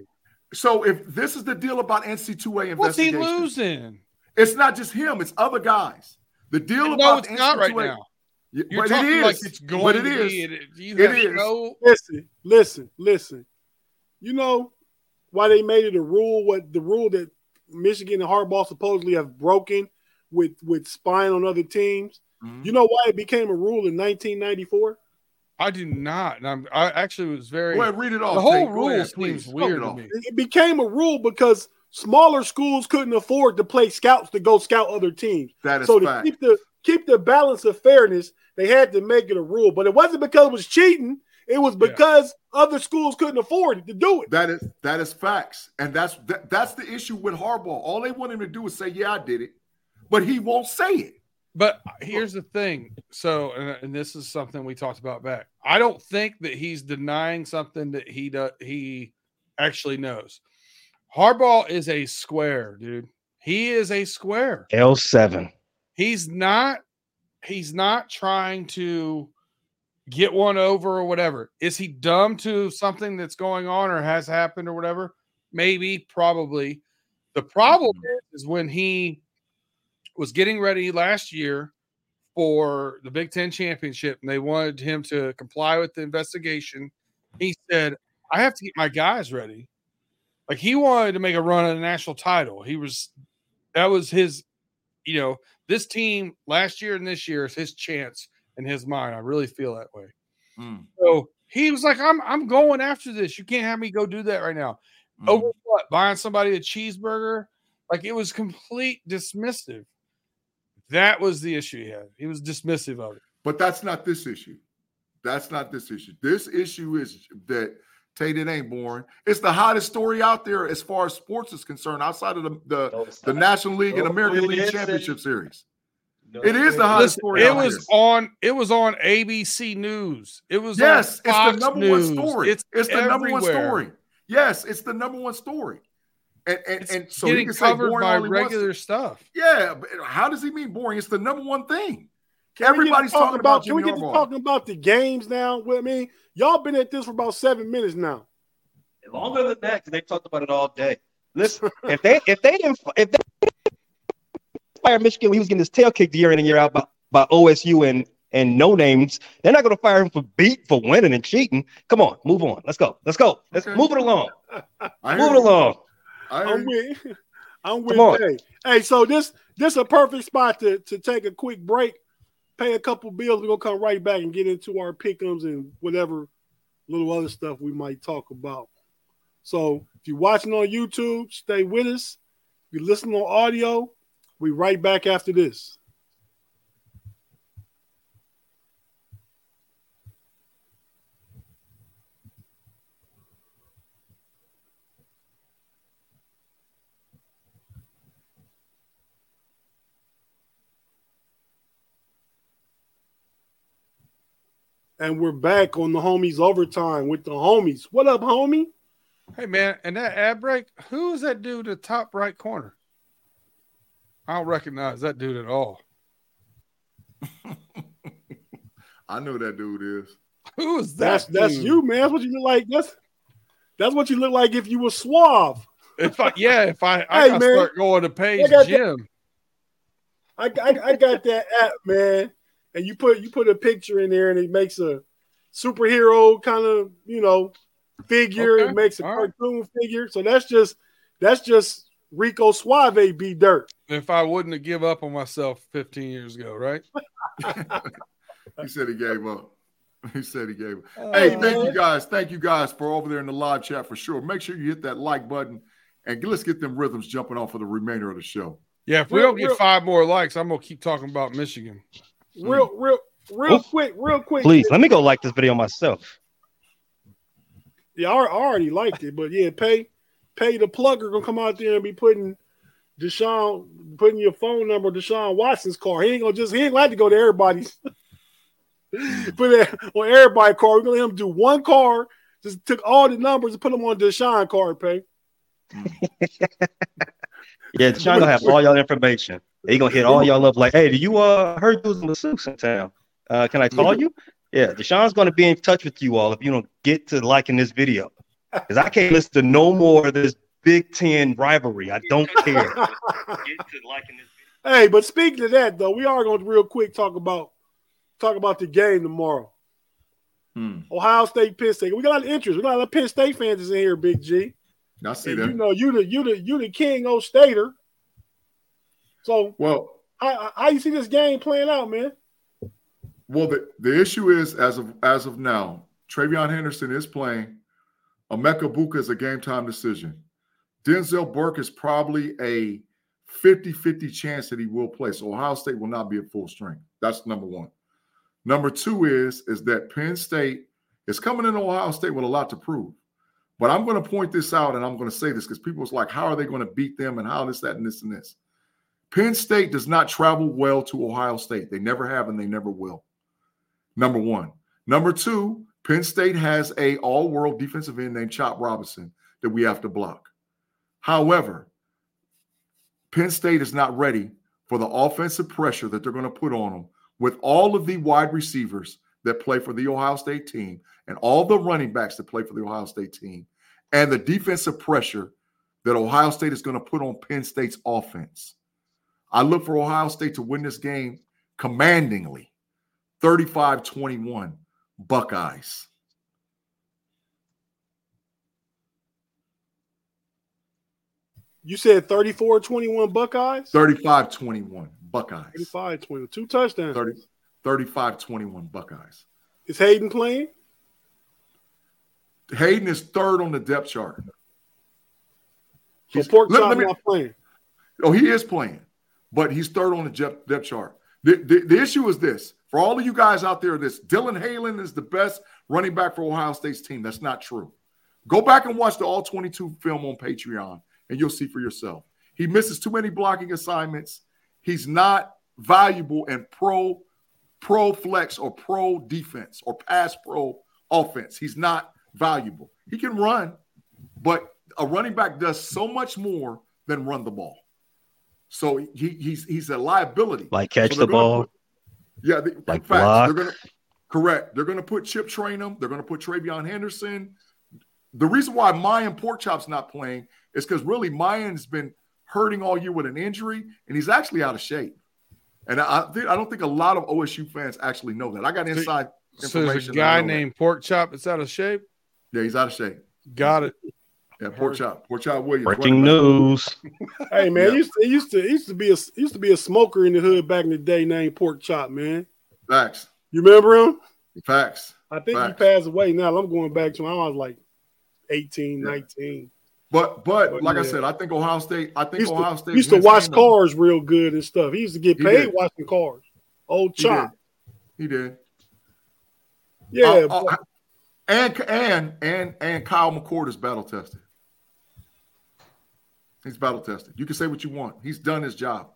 [SPEAKER 2] so if this is the deal about NC2A
[SPEAKER 1] What's he
[SPEAKER 2] investigation,
[SPEAKER 1] losing?
[SPEAKER 2] it's not just him; it's other guys. The deal
[SPEAKER 1] No,
[SPEAKER 2] about
[SPEAKER 1] it's
[SPEAKER 2] the
[SPEAKER 1] not right
[SPEAKER 2] NC2A
[SPEAKER 1] now.
[SPEAKER 2] Yeah,
[SPEAKER 1] You're
[SPEAKER 2] but it
[SPEAKER 1] talking like
[SPEAKER 2] is.
[SPEAKER 1] it's going
[SPEAKER 2] but it
[SPEAKER 1] to
[SPEAKER 2] is.
[SPEAKER 1] be. It, you
[SPEAKER 2] It
[SPEAKER 1] have
[SPEAKER 2] is.
[SPEAKER 1] no
[SPEAKER 3] Listen, listen, listen. You know why they made it a rule? What the rule that Michigan and Harbaugh supposedly have broken with with spying on other teams?
[SPEAKER 2] Mhm.
[SPEAKER 3] You know why it became a rule in 1994?
[SPEAKER 1] I do not. And I'm, I actually was very.
[SPEAKER 2] Go ahead, read it off.
[SPEAKER 1] the whole
[SPEAKER 2] Tate. Go
[SPEAKER 1] rule
[SPEAKER 2] ahead,
[SPEAKER 1] seems
[SPEAKER 2] please. Go
[SPEAKER 1] weird
[SPEAKER 2] it
[SPEAKER 1] to
[SPEAKER 2] off.
[SPEAKER 1] me.
[SPEAKER 3] It it became a rule because smaller schools couldn't afford to play scouts to go scout other teams.
[SPEAKER 2] That is
[SPEAKER 3] so to
[SPEAKER 2] fact.
[SPEAKER 3] keep the keep the balance of fairness, they had to make it a rule. But it wasn't because it was cheating. It was
[SPEAKER 1] Yeah.
[SPEAKER 3] because other schools couldn't afford to do it.
[SPEAKER 2] That is that is facts, and that's that, that's the issue with Harbaugh. All they want him to do is say, "Yeah, I did it," but he won't say it.
[SPEAKER 1] But here's the thing. So, and, and this is something we talked about back. I don't think that he's denying something that he does. He actually knows. Harbaugh is a square, dude. He is a square.
[SPEAKER 4] L seven.
[SPEAKER 1] he's not he's not trying to get one over or whatever is he dumb to something that's going on or has happened or whatever maybe probably the problem is, is when he was getting ready last year for the big ten championship and they wanted him to comply with the investigation he said i have to get my guys ready like he wanted to make a run at a national title he was that was his you know this team last year and this year is his chance in his mind. I really feel that way.
[SPEAKER 2] Mm,
[SPEAKER 1] So he was like, I'm I'm going after this. You can't have me go do that right now.
[SPEAKER 2] mm.
[SPEAKER 1] Over what? Buying somebody a cheeseburger? Like it was complete dismissive. That was the issue he had. He was dismissive of it.
[SPEAKER 2] But that's not this issue. That's not this issue. This issue is that Tate it ain't boring. It's the hottest story out there as far as sports is concerned, outside of the the, the National League and
[SPEAKER 4] No,
[SPEAKER 1] Oh,
[SPEAKER 2] American
[SPEAKER 4] it
[SPEAKER 2] League
[SPEAKER 4] isn't.
[SPEAKER 2] Championship Series. it is the hottest
[SPEAKER 1] Listen,
[SPEAKER 2] Ah, story
[SPEAKER 1] it
[SPEAKER 2] out
[SPEAKER 1] was
[SPEAKER 2] there.
[SPEAKER 1] on it was on ABC News. It was on
[SPEAKER 2] Yes, it's the
[SPEAKER 1] Fox
[SPEAKER 2] number
[SPEAKER 1] News.
[SPEAKER 2] one story.
[SPEAKER 1] It's
[SPEAKER 2] It's, the number one
[SPEAKER 1] everywhere.
[SPEAKER 2] story. Yes, it's the number one story. And and,
[SPEAKER 1] it's
[SPEAKER 2] and so he
[SPEAKER 1] getting
[SPEAKER 2] can say
[SPEAKER 1] covered
[SPEAKER 2] boring
[SPEAKER 1] by
[SPEAKER 2] all he wants to.
[SPEAKER 1] regular stuff.
[SPEAKER 2] Yeah, but how does he mean boring? It's the number one thing.
[SPEAKER 3] Can we get to
[SPEAKER 2] Everybody's talking about
[SPEAKER 3] Can we
[SPEAKER 2] Jimmy
[SPEAKER 3] get to
[SPEAKER 2] Harbaugh.
[SPEAKER 3] talking about the games now? Well, I mean, y'all been at this for about seven minutes now.
[SPEAKER 4] Longer than that, 'cause they talked about it all day. Listen, if they if they didn't if they fire Michigan when he was getting his tail kicked year in and year out by, by OSU and and no names, they're not going to fire him for beat for winning and cheating. Come on, move on. Let's go. Let's go. Let's
[SPEAKER 2] Okay.
[SPEAKER 4] move it along.
[SPEAKER 2] I hear
[SPEAKER 4] Move it
[SPEAKER 2] you.
[SPEAKER 4] along.
[SPEAKER 2] I hear
[SPEAKER 3] I'm
[SPEAKER 2] you.
[SPEAKER 3] with I'm
[SPEAKER 4] Come on.
[SPEAKER 3] with Tay. Hey, so this this a perfect spot to, to take a quick break, pay a couple bills. We're gonna come right back and get into our pickums and whatever little other stuff we might talk about. So if you're watching on YouTube, stay with us. If you're listening on audio, we right back after this. And we're back on the homies overtime with the homies. What up, homie?
[SPEAKER 1] Hey man, and that ad break, who is that dude in the top right corner? I don't recognize that dude at all.
[SPEAKER 2] I know who that dude is.
[SPEAKER 1] Who is that?
[SPEAKER 3] That's that's
[SPEAKER 1] dude?
[SPEAKER 3] you, man. That's what you look like. That's that's what you look like if you were suave.
[SPEAKER 1] If I yeah, if I I
[SPEAKER 3] Hey,
[SPEAKER 1] gotta
[SPEAKER 3] man.
[SPEAKER 1] start going to Paige
[SPEAKER 3] I got the-
[SPEAKER 1] Gym.
[SPEAKER 3] I, I, I got that app, man. And you put you put a picture in there, and it makes a superhero kind of you know figure.
[SPEAKER 1] Okay,
[SPEAKER 3] It makes a
[SPEAKER 1] all right.
[SPEAKER 3] cartoon figure. So that's just that's just Rico Suave B Dirt.
[SPEAKER 1] If I wouldn't have give up on myself 15 years ago, right?
[SPEAKER 2] He said he gave up. He said he gave up.
[SPEAKER 3] Oh,
[SPEAKER 2] Hey,
[SPEAKER 1] Uh,
[SPEAKER 2] thank you guys. Thank you guys for over there in the live chat for sure. Make sure you hit that like button and let's get them rhythms jumping off for the remainder of the show.
[SPEAKER 1] Yeah, if we
[SPEAKER 3] Real-
[SPEAKER 1] don't get
[SPEAKER 3] real-
[SPEAKER 1] five more likes, I'm gonna keep talking about Michigan.
[SPEAKER 3] Real real real
[SPEAKER 4] Oof.
[SPEAKER 3] quick, real quick.
[SPEAKER 4] Please let me go like this video myself.
[SPEAKER 3] Yeah, I I already liked it, but yeah, pay pay the plugger gonna come out there and be putting Deshaun putting your phone number Deshaun Watson's car. He ain't gonna just he ain't like to go to everybody's put it on everybody's car. We're gonna let him do one car, just took all the numbers and put them on Deshaun card, pay.
[SPEAKER 4] Yeah, Deshaun gonna have all y'all information. He gonna hit all y'all up like, hey, do you uh heard those masseuse in town? Uh, can I call you? Yeah, Deshaun's gonna be in touch with you all if you don't get to liking this video, because I can't listen to no more of this Big Ten rivalry. I don't care.
[SPEAKER 3] Hey, but speaking of that though, we are gonna real quick talk about talk about the game tomorrow.
[SPEAKER 2] Hmm.
[SPEAKER 3] Ohio State Penn State. We got a lot of interest. We got a lot of Penn State fans is in here, Big G.
[SPEAKER 2] I see
[SPEAKER 3] And you
[SPEAKER 2] that.
[SPEAKER 3] know, you the you the you the king old stater. So
[SPEAKER 2] Well,
[SPEAKER 3] I, I how you see this game playing out, man?
[SPEAKER 2] Well, the, the issue is as of as of now, Travion Henderson is playing. Emeka Buka is a game time decision. Denzel Burke is probably a 50-50 chance that he will play. So Ohio State will not be at full strength. That's number one. Number two is is that Penn State is coming into Ohio State with a lot to prove. But I'm going to point this out and I'm going to say this because people was like, how are they going to beat them and how this, that, and this, and this. Penn State does not travel well to Ohio State. They never have and they never will. Number one. Number two, Penn State has a all-world defensive end named Chop Robinson that we have to block. However, Penn State is not ready for the offensive pressure that they're going to put on them with all of the wide receivers that play for the Ohio State team and all the running backs that play for the Ohio State team and the defensive pressure that Ohio State is going to put on Penn State's offense. I look for Ohio State to win this game commandingly. 35 21 Buckeyes.
[SPEAKER 3] You said 34-21 Buckeyes,
[SPEAKER 2] 35 21 Buckeyes.
[SPEAKER 3] 35 22 touchdowns.
[SPEAKER 2] 30, 35 21 Buckeyes.
[SPEAKER 3] Is Hayden playing?
[SPEAKER 2] Hayden is third on the depth chart.
[SPEAKER 3] So
[SPEAKER 2] He's-
[SPEAKER 3] pork
[SPEAKER 2] let-
[SPEAKER 3] chop
[SPEAKER 2] let me-
[SPEAKER 3] not playing.
[SPEAKER 2] Oh, he is playing, but he's third on the depth, depth chart. The, the, the issue is this for all of you guys out there, this Dylan Halen is the best running back for Ohio State's team. That's not true. Go back and watch the all 22 film on Patreon, and you'll see for yourself. He misses too many blocking assignments. He's not valuable and pro pro flex or pro defense or pass pro offense. He's not valuable. He can run, but a running back does so much more than run the ball. So he, he's he's a liability.
[SPEAKER 4] Like catch
[SPEAKER 2] So
[SPEAKER 4] the
[SPEAKER 2] they're gonna
[SPEAKER 4] ball.
[SPEAKER 2] put- yeah, they,
[SPEAKER 4] Like
[SPEAKER 2] facts.
[SPEAKER 4] block.
[SPEAKER 2] They're gonna correct. They're gonna put Chip Trainum. They're gonna put Travion Henderson. The reason why Mayan Porkchop's not playing is because really Mayan's been hurting all year with an injury, and he's actually out of shape. And I, I, think, I don't think a lot of OSU fans actually know that. I got inside.
[SPEAKER 1] So there's a
[SPEAKER 2] Information, I
[SPEAKER 1] guy
[SPEAKER 2] know that.
[SPEAKER 1] named Pork Chop that's out of shape.
[SPEAKER 2] Yeah, he's out of shape.
[SPEAKER 1] Got it.
[SPEAKER 2] Yeah, Porkchop. Porkchop Williams.
[SPEAKER 4] Breaking
[SPEAKER 2] running back.
[SPEAKER 4] news.
[SPEAKER 3] Hey man,
[SPEAKER 2] Yeah.
[SPEAKER 3] it used to it used to it used to be a it used to be a smoker in the hood back in the day named Pork Chop, man.
[SPEAKER 2] Facts.
[SPEAKER 3] You remember him?
[SPEAKER 2] Facts.
[SPEAKER 3] I think
[SPEAKER 2] Facts.
[SPEAKER 3] he passed away now. I'm going back to him. I was like 18,
[SPEAKER 2] Yeah.
[SPEAKER 3] 19.
[SPEAKER 2] But but
[SPEAKER 3] But,
[SPEAKER 2] like I
[SPEAKER 3] yeah.
[SPEAKER 2] said, I think Ohio State. I think
[SPEAKER 3] Used to-
[SPEAKER 2] Ohio State
[SPEAKER 3] used to
[SPEAKER 2] wins
[SPEAKER 3] watch
[SPEAKER 2] handily.
[SPEAKER 3] cars real good and stuff. He used to get
[SPEAKER 2] He
[SPEAKER 3] paid
[SPEAKER 2] did.
[SPEAKER 3] watching cars. Old
[SPEAKER 2] He did.
[SPEAKER 3] Chop.
[SPEAKER 2] He did.
[SPEAKER 3] Yeah.
[SPEAKER 2] Uh, uh, and and and and Kyle McCord is battle tested. He's battle tested. You can say what you want. He's done his job.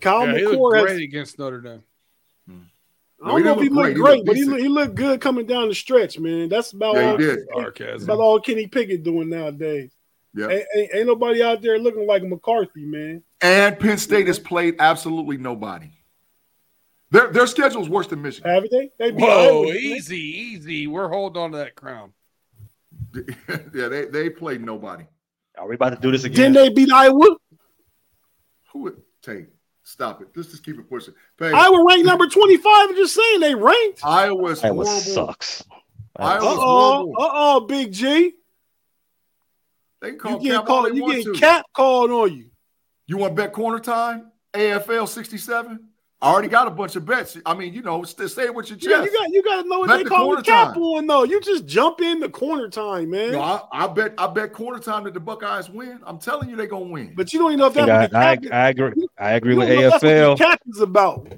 [SPEAKER 3] Kyle
[SPEAKER 1] Yeah, he looked
[SPEAKER 3] McCord has
[SPEAKER 1] great against Notre Dame.
[SPEAKER 3] I
[SPEAKER 2] No,
[SPEAKER 3] don't
[SPEAKER 2] he
[SPEAKER 3] know if he
[SPEAKER 2] didn't look
[SPEAKER 3] looked great,
[SPEAKER 2] great. He looked
[SPEAKER 3] but he
[SPEAKER 2] decent.
[SPEAKER 3] looked, he looked good coming down the stretch, man. That's about
[SPEAKER 2] Yeah, he
[SPEAKER 3] all,
[SPEAKER 2] did.
[SPEAKER 3] that's
[SPEAKER 1] Sarcasm.
[SPEAKER 3] about all Kenny Pickett doing nowadays.
[SPEAKER 2] Yeah.
[SPEAKER 3] Ain't, ain't, ain't nobody out there looking like McCarthy, man.
[SPEAKER 2] And Penn State has played absolutely nobody. Their their schedule's worse than Michigan.
[SPEAKER 3] Have they? They beat
[SPEAKER 1] Whoa,
[SPEAKER 3] Iowa, man.
[SPEAKER 1] easy, easy. We're holding on to that crown.
[SPEAKER 2] yeah, they they played nobody.
[SPEAKER 4] Are we about to do this again?
[SPEAKER 3] Didn't they beat Iowa?
[SPEAKER 2] Who would take? Stop it. Let's just keep it pushing. Paige,
[SPEAKER 3] Iowa ranked number 25. I'm just saying they ranked.
[SPEAKER 2] Iowa's
[SPEAKER 4] Iowa
[SPEAKER 2] horrible.
[SPEAKER 4] sucks.
[SPEAKER 2] Iowa-
[SPEAKER 4] Iowa-
[SPEAKER 3] Uh-oh.
[SPEAKER 2] horrible.
[SPEAKER 3] Uh-oh, Big G.
[SPEAKER 2] They can
[SPEAKER 3] You
[SPEAKER 2] call
[SPEAKER 3] get
[SPEAKER 2] cap all
[SPEAKER 3] called,
[SPEAKER 2] they
[SPEAKER 3] you
[SPEAKER 2] want
[SPEAKER 3] get
[SPEAKER 2] to.
[SPEAKER 3] cap called on you.
[SPEAKER 2] You want bet corner time? AFL 67? I already got a bunch of bets. I mean, you know, st- say it with your
[SPEAKER 3] You, got,
[SPEAKER 2] chest.
[SPEAKER 3] you got you gotta know what
[SPEAKER 2] Bet
[SPEAKER 3] they
[SPEAKER 2] the
[SPEAKER 3] call
[SPEAKER 2] corner
[SPEAKER 3] the cap
[SPEAKER 2] time.
[SPEAKER 3] on though. You just jump in the corner time, man.
[SPEAKER 2] No, I, I bet I bet corner time that the Buckeyes win. I'm telling you, they're gonna win.
[SPEAKER 3] but you don't even know if
[SPEAKER 4] I,
[SPEAKER 3] that's what the cap
[SPEAKER 4] I,
[SPEAKER 3] is.
[SPEAKER 4] I agree. I agree
[SPEAKER 3] You
[SPEAKER 4] with
[SPEAKER 3] don't know if that's
[SPEAKER 4] AFL.
[SPEAKER 3] what the cap is about.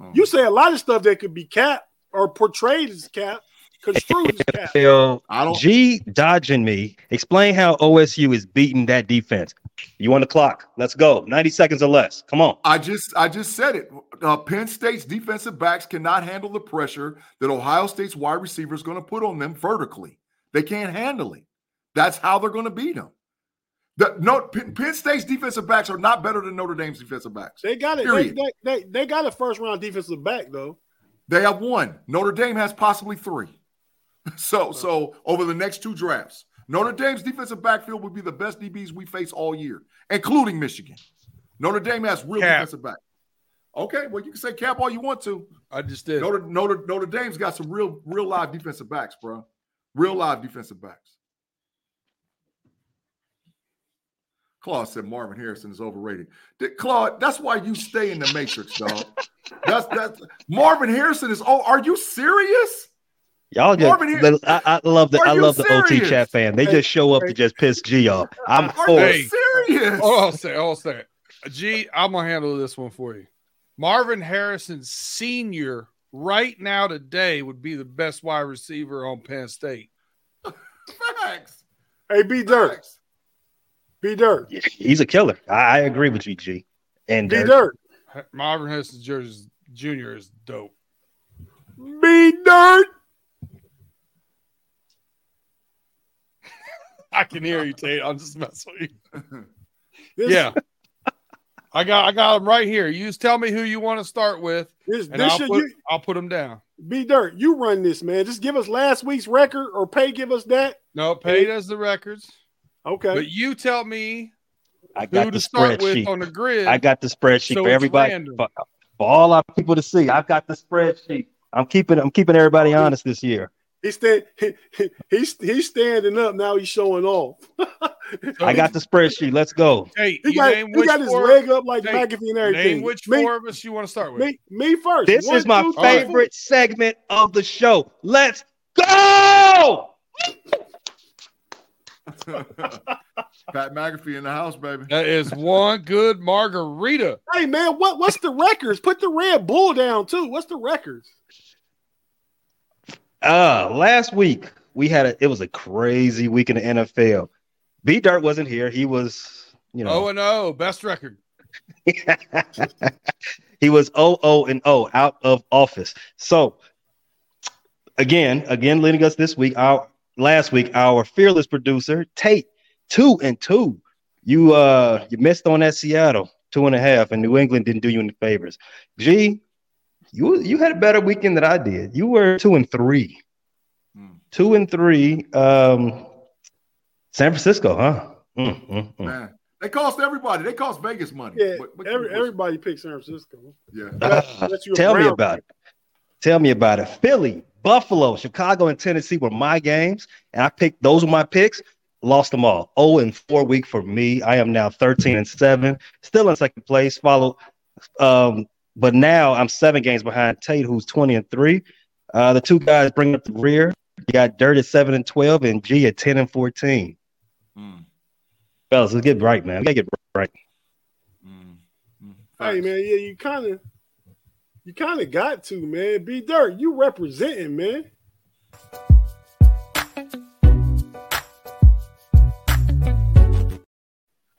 [SPEAKER 2] Oh.
[SPEAKER 3] You say a lot of stuff that could be cap or portrayed as cap, construed as cap.
[SPEAKER 4] AFL
[SPEAKER 2] I don't
[SPEAKER 4] G dodging me. Explain how OSU is beating that defense. You on the clock? Let's go. Ninety seconds or less. Come on.
[SPEAKER 2] I just I just said it. Uh, Penn State's defensive backs cannot handle the pressure that Ohio State's wide receiver is going to put on them vertically. They can't handle it. That's how they're going to beat them. The, no, Penn, Penn State's defensive backs are not better than Notre Dame's defensive backs.
[SPEAKER 3] They got it. They,
[SPEAKER 2] Period.
[SPEAKER 3] they, they, they got a first round defensive back though.
[SPEAKER 2] They have one. Notre Dame has possibly three. So so over the next two drafts, Notre Dame's defensive backfield will be the best DBs we face all year, including Michigan. Notre Dame has real
[SPEAKER 1] Cap.
[SPEAKER 2] defensive back. Okay, well you can say cap all you want to.
[SPEAKER 1] I just did.
[SPEAKER 2] Notre, Notre, Notre Dame's got some real, real live defensive backs, bro. Real live defensive backs. Claude said Marvin Harrison is overrated. Did, Claude, that's why you stay in the matrix, dog. That's that's Marvin Harrison is. Oh, are you serious?
[SPEAKER 4] Y'all just.
[SPEAKER 2] Marvin here-
[SPEAKER 4] I, I love the.
[SPEAKER 2] Are
[SPEAKER 4] I
[SPEAKER 2] you
[SPEAKER 4] love the OT
[SPEAKER 2] serious?
[SPEAKER 4] chat fam. They
[SPEAKER 3] Hey,
[SPEAKER 4] just show up to
[SPEAKER 3] hey.
[SPEAKER 4] just piss G off. I'm
[SPEAKER 2] Are
[SPEAKER 4] for it.
[SPEAKER 1] Hey.
[SPEAKER 2] you serious?
[SPEAKER 1] Oh, I'll say, I'll say. it. G, I'm gonna handle this one for you. Marvin Harrison Senior, right now today, would be the best wide receiver on Penn State.
[SPEAKER 2] Facts.
[SPEAKER 3] Hey, B Dirt,
[SPEAKER 2] Facts.
[SPEAKER 3] B Dirt,
[SPEAKER 4] He's a killer. I, I agree with you, G. And uh,
[SPEAKER 3] B
[SPEAKER 4] Dirk.
[SPEAKER 3] Dirt,
[SPEAKER 1] Ha- Marvin Harrison Jr. Junior is dope.
[SPEAKER 3] B Dirt.
[SPEAKER 1] I can hear you, Tate. I'm just messing with you.
[SPEAKER 3] This,
[SPEAKER 1] yeah, I got, I got him right here. You just tell me who you want to start with,
[SPEAKER 3] this,
[SPEAKER 1] and
[SPEAKER 3] this
[SPEAKER 1] I'll
[SPEAKER 3] should
[SPEAKER 1] put,
[SPEAKER 3] you,
[SPEAKER 1] I'll put him down.
[SPEAKER 3] B Dirt. You run this, man. Just give us last week's record, or pay give us that.
[SPEAKER 1] No, Pay does the records,
[SPEAKER 3] Okay.
[SPEAKER 1] but you tell me
[SPEAKER 4] I
[SPEAKER 1] who
[SPEAKER 4] got the
[SPEAKER 1] to start with
[SPEAKER 4] spreadsheet.
[SPEAKER 1] on the grid.
[SPEAKER 4] I got the spreadsheet
[SPEAKER 1] So
[SPEAKER 4] for
[SPEAKER 1] it's
[SPEAKER 4] everybody.
[SPEAKER 1] random.
[SPEAKER 4] For, for all our people to see, I've got the spreadsheet. I'm keeping. I'm keeping everybody honest this year.
[SPEAKER 3] He's stand, he, he- he's he's standing up now. He's showing off.
[SPEAKER 1] So,
[SPEAKER 4] I got the spreadsheet. Let's go.
[SPEAKER 1] Tate.
[SPEAKER 3] He
[SPEAKER 1] you
[SPEAKER 3] got,
[SPEAKER 1] name
[SPEAKER 3] he
[SPEAKER 1] which
[SPEAKER 3] got his
[SPEAKER 1] four-
[SPEAKER 3] leg up like
[SPEAKER 1] Hey,
[SPEAKER 3] McAfee and everything.
[SPEAKER 1] Name which
[SPEAKER 3] me,
[SPEAKER 1] four of us you want to start with.
[SPEAKER 3] me, me first.
[SPEAKER 4] This
[SPEAKER 3] One,
[SPEAKER 4] is my
[SPEAKER 3] two, three,
[SPEAKER 1] right.
[SPEAKER 4] favorite segment of the show. Let's go.
[SPEAKER 2] Pat McAfee in the house, baby.
[SPEAKER 1] That is one good margarita.
[SPEAKER 3] four. Hey man, what what's the records? Put the Red Bull down too. What's the records?
[SPEAKER 4] Uh, last week we had a. It was a crazy week in the NFL. B Dirt wasn't here. He was, you
[SPEAKER 1] Oh
[SPEAKER 4] know,
[SPEAKER 1] and O, best record.
[SPEAKER 4] he was O O and O out of office. So again, again, leading us this week. Our last week, our fearless producer Tate two and two. You uh, you missed on that Seattle two and a half, and New England didn't do you any favors. G, you you had a better weekend than I did. You were two and three.
[SPEAKER 2] Mm,
[SPEAKER 4] two and three. Um, San Francisco, huh? Mm, mm,
[SPEAKER 1] Oh.
[SPEAKER 4] mm.
[SPEAKER 2] man, they cost everybody. They cost Vegas money.
[SPEAKER 3] Yeah,
[SPEAKER 2] What- what-
[SPEAKER 3] every,
[SPEAKER 2] what-
[SPEAKER 3] everybody picks San Francisco.
[SPEAKER 2] yeah.
[SPEAKER 4] Ah,
[SPEAKER 3] That's your
[SPEAKER 4] tell me
[SPEAKER 3] brown.
[SPEAKER 4] about it. Tell me about it. Philly, Buffalo, Chicago, and Tennessee were my games, and I picked those were my picks. Lost them all. Oh, and four week for me. I am now thirteen and seven, still in second place. Followed, um, but now I'm seven games behind Tate, who's twenty and three. Uh, the two guys bring up the rear. You got Dirt at seven and twelve, and G at ten and fourteen.
[SPEAKER 2] Mm,
[SPEAKER 4] Fellas, let's get right, man. We gotta get right.
[SPEAKER 2] mm, mm.
[SPEAKER 3] Hey man, yeah, you kind of you kind of got to, man. B Dirt, you representing, man.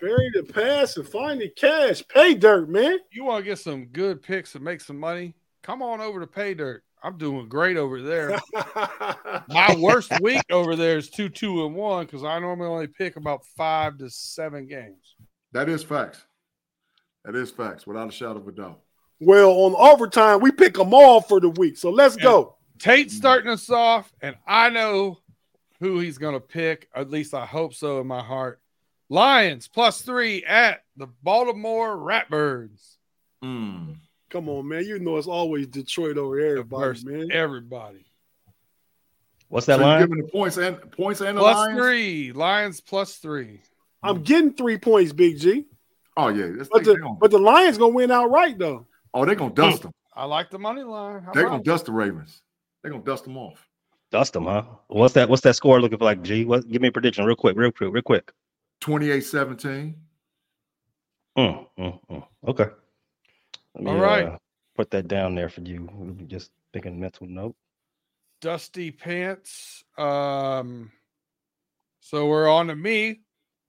[SPEAKER 3] Bury the past and find the cash. Pay dirt, man.
[SPEAKER 1] You want to get some good picks and make some money? come on over to Pay Dirt. I'm doing great over there. My worst week over there is two, two, and one because I normally only pick about five to seven games.
[SPEAKER 2] That is facts. That is facts, without a shadow of a doubt.
[SPEAKER 3] well, on overtime, we pick them all for the week. So let's go. Mm.
[SPEAKER 1] Tate's starting us off, and I know who he's going to pick. At least I hope so in my heart. Lions plus three at the Baltimore Ratbirds. Hmm.
[SPEAKER 2] Mm.
[SPEAKER 3] Come on, man. You know it's always Detroit over everybody,
[SPEAKER 1] Versus
[SPEAKER 3] man.
[SPEAKER 1] Everybody.
[SPEAKER 4] What's
[SPEAKER 2] So
[SPEAKER 4] that
[SPEAKER 2] you're
[SPEAKER 4] line?
[SPEAKER 2] giving the points and points and the
[SPEAKER 1] Plus
[SPEAKER 2] Lions?
[SPEAKER 1] three. Lions plus three.
[SPEAKER 3] I'm getting three points, Big G.
[SPEAKER 2] Oh yeah, that's,
[SPEAKER 3] But
[SPEAKER 2] they,
[SPEAKER 3] the,
[SPEAKER 2] they gonna,
[SPEAKER 3] but the Lions gonna win outright though.
[SPEAKER 2] oh they're gonna dust them.
[SPEAKER 1] I like the money line. How
[SPEAKER 2] They're
[SPEAKER 1] about
[SPEAKER 2] gonna
[SPEAKER 1] it?
[SPEAKER 2] dust the Ravens. They're gonna dust them off.
[SPEAKER 4] Dust them, huh? What's that? What's that score looking for? Like G, what? Give me a prediction, real quick, real quick, real quick.
[SPEAKER 2] 28-17.
[SPEAKER 4] Mm, mm, mm. Okay. Let
[SPEAKER 1] All right.
[SPEAKER 4] uh, put that down there for you. Just making a mental note.
[SPEAKER 1] Dusty Pants. Um, so we're on to me.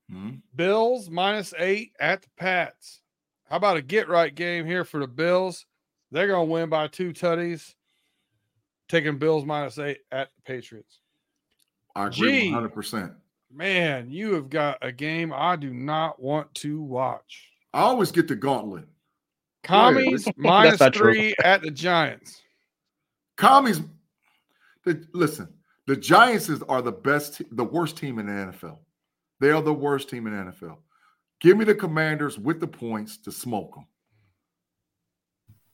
[SPEAKER 1] Hmm.
[SPEAKER 2] Mhm.
[SPEAKER 1] Bills minus eight at the Pats. How about a get right game here for the Bills? They're gonna win by two tutties. Taking Bills minus eight at the Patriots.
[SPEAKER 2] I agree
[SPEAKER 1] Gee.
[SPEAKER 2] one hundred percent.
[SPEAKER 1] Man, you have got a game I do not want to watch.
[SPEAKER 2] I always get the gauntlet.
[SPEAKER 1] Commies
[SPEAKER 4] That's
[SPEAKER 1] minus
[SPEAKER 4] not true.
[SPEAKER 1] three at the Giants.
[SPEAKER 2] Commies. The, listen, the Giants is, are the best, the worst team in the NFL. They are the worst team in the NFL. Give me the Commanders with the points to smoke them.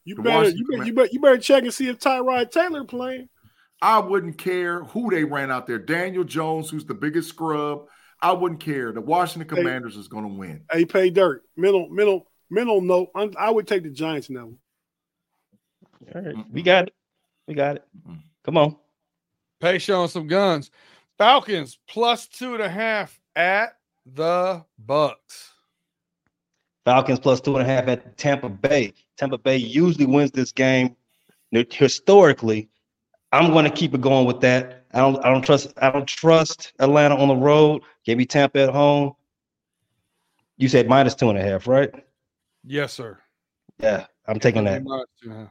[SPEAKER 3] You
[SPEAKER 2] The
[SPEAKER 3] better you
[SPEAKER 2] Washington
[SPEAKER 3] better,
[SPEAKER 2] Command-
[SPEAKER 3] you better you better check and see if Tyrod Taylor playing.
[SPEAKER 2] I wouldn't care who they ran out there. Daniel Jones, who's the biggest scrub. I wouldn't care. The Washington
[SPEAKER 3] Hey.
[SPEAKER 2] Commanders is going to win.
[SPEAKER 3] Hey, pay dirt. Mental mental mental note. I'm, I would take the Giants now.
[SPEAKER 4] All right.
[SPEAKER 2] Mm-mm.
[SPEAKER 4] We got it. We got it.
[SPEAKER 2] Mm.
[SPEAKER 4] Come on.
[SPEAKER 1] Pay showing some guns. Falcons plus two and a half at the Bucks.
[SPEAKER 4] Falcons plus two and a half at Tampa Bay. Tampa Bay usually wins this game Now, historically. I'm going to keep it going with that. I don't. I don't trust. I don't trust Atlanta on the road. Give me Tampa at home. You said minus two and a half, right?
[SPEAKER 1] Yes, sir.
[SPEAKER 4] Yeah, I'm taking that.
[SPEAKER 1] Minus two and a half.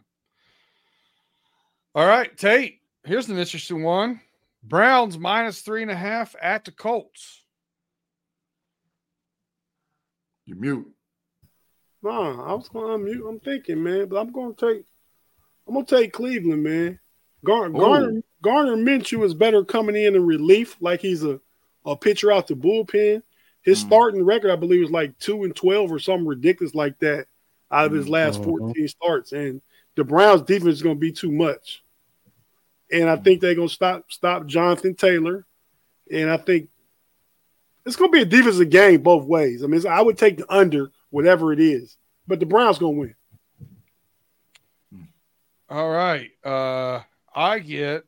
[SPEAKER 1] All right, Tate. Here's an interesting one. Browns minus three and a half at the Colts.
[SPEAKER 2] You mute.
[SPEAKER 3] Nah, I was going to unmute. I'm thinking, man, but I'm going to take. I'm going to take Cleveland, man. Gar- Garner Garner Minshew is better coming in in relief, like he's a a pitcher out the bullpen. His
[SPEAKER 2] Mm.
[SPEAKER 3] starting record, I believe, is like two and twelve or something ridiculous like that out
[SPEAKER 2] Mm.
[SPEAKER 3] of his last
[SPEAKER 4] Mhm.
[SPEAKER 3] fourteen starts. And the Browns' defense is going to be too much, and I think they're going to stop stop Jonathan Taylor, and I think it's going to be a defensive game both ways. I mean, it's- I would take the under, whatever it is, but the Browns going to win.
[SPEAKER 1] All right. Uh, I get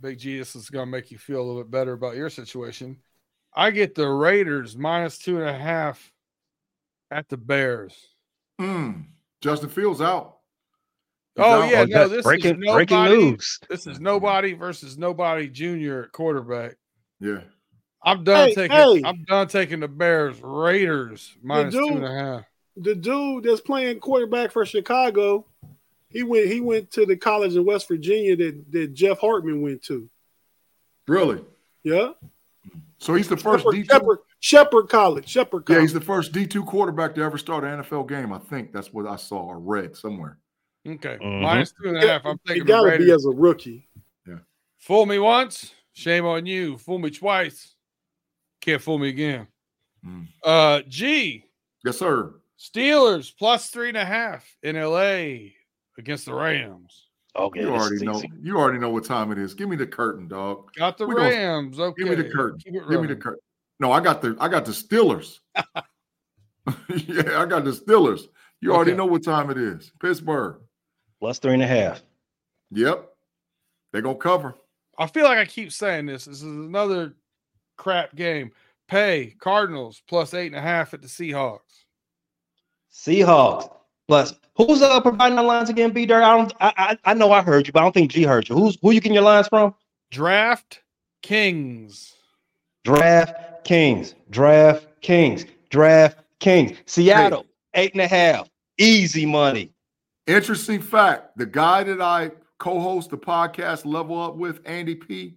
[SPEAKER 1] Big G. This is gonna make you feel a little bit better about your situation. I get the Raiders minus two and a half at the Bears.
[SPEAKER 2] Mm. Justin Fields out. He's
[SPEAKER 1] Oh
[SPEAKER 2] out.
[SPEAKER 1] yeah,
[SPEAKER 4] Oh,
[SPEAKER 1] no,
[SPEAKER 4] that-
[SPEAKER 1] this
[SPEAKER 4] breaking
[SPEAKER 1] is nobody,
[SPEAKER 4] breaking news.
[SPEAKER 1] This is nobody versus nobody junior at quarterback.
[SPEAKER 2] Yeah.
[SPEAKER 1] I'm done
[SPEAKER 3] Hey,
[SPEAKER 1] taking.
[SPEAKER 3] hey.
[SPEAKER 1] I'm done taking the Bears. Raiders minus two
[SPEAKER 3] dude-
[SPEAKER 1] and a half.
[SPEAKER 3] The dude that's playing quarterback for Chicago, he went he went to the college in West Virginia that, that Jeff Hartman went to.
[SPEAKER 2] Really?
[SPEAKER 3] Yeah,
[SPEAKER 2] So he's the first
[SPEAKER 3] Shepherd,
[SPEAKER 2] D2.
[SPEAKER 3] Shepherd, Shepherd College, Shepherd
[SPEAKER 2] Yeah,
[SPEAKER 3] College.
[SPEAKER 2] he's the first D2 quarterback to ever start an NFL game. I think that's what I saw or read somewhere.
[SPEAKER 1] Okay,
[SPEAKER 2] Mm-hmm.
[SPEAKER 4] Mhm.
[SPEAKER 1] minus two and a
[SPEAKER 3] Yeah,
[SPEAKER 1] half. I'm taking
[SPEAKER 3] it
[SPEAKER 1] the
[SPEAKER 3] gotta
[SPEAKER 1] Raiders.
[SPEAKER 3] be as a rookie.
[SPEAKER 1] Fool me once, shame on you. Fool me twice, can't fool me again.
[SPEAKER 2] Mm.
[SPEAKER 1] Uh, G
[SPEAKER 2] Yes, sir.
[SPEAKER 1] Steelers plus three and a half in LA against the Rams.
[SPEAKER 4] Okay,
[SPEAKER 2] you
[SPEAKER 4] this is
[SPEAKER 2] already know.
[SPEAKER 4] easy.
[SPEAKER 2] You already know what time it is. Give me the curtain, dog.
[SPEAKER 1] Got the
[SPEAKER 2] We gonna-
[SPEAKER 1] Rams. Okay,
[SPEAKER 2] Give me the curtain.
[SPEAKER 1] Keep it
[SPEAKER 2] Give me the
[SPEAKER 1] running.
[SPEAKER 2] curtain. No, I got the I got the Steelers. yeah, I got the Steelers. You already
[SPEAKER 1] Okay.
[SPEAKER 2] know what time it is. Pittsburgh.
[SPEAKER 4] Plus three and a half.
[SPEAKER 2] Yep. They're gonna cover.
[SPEAKER 1] I feel like I keep saying this. This is another crap game. Pay Cardinals plus eight and a half at the Seahawks.
[SPEAKER 4] Seahawks. Plus, who's uh providing the lines again? B Dirt. I don't. I, I I know I heard you, but I don't think G heard you. Who's who you getting your lines from?
[SPEAKER 1] Draft Kings.
[SPEAKER 4] Draft Kings. Draft Kings. Draft Kings. Seattle eight and a half. Easy money.
[SPEAKER 2] Interesting fact the guy that I co host the podcast Level Up with, Andy P,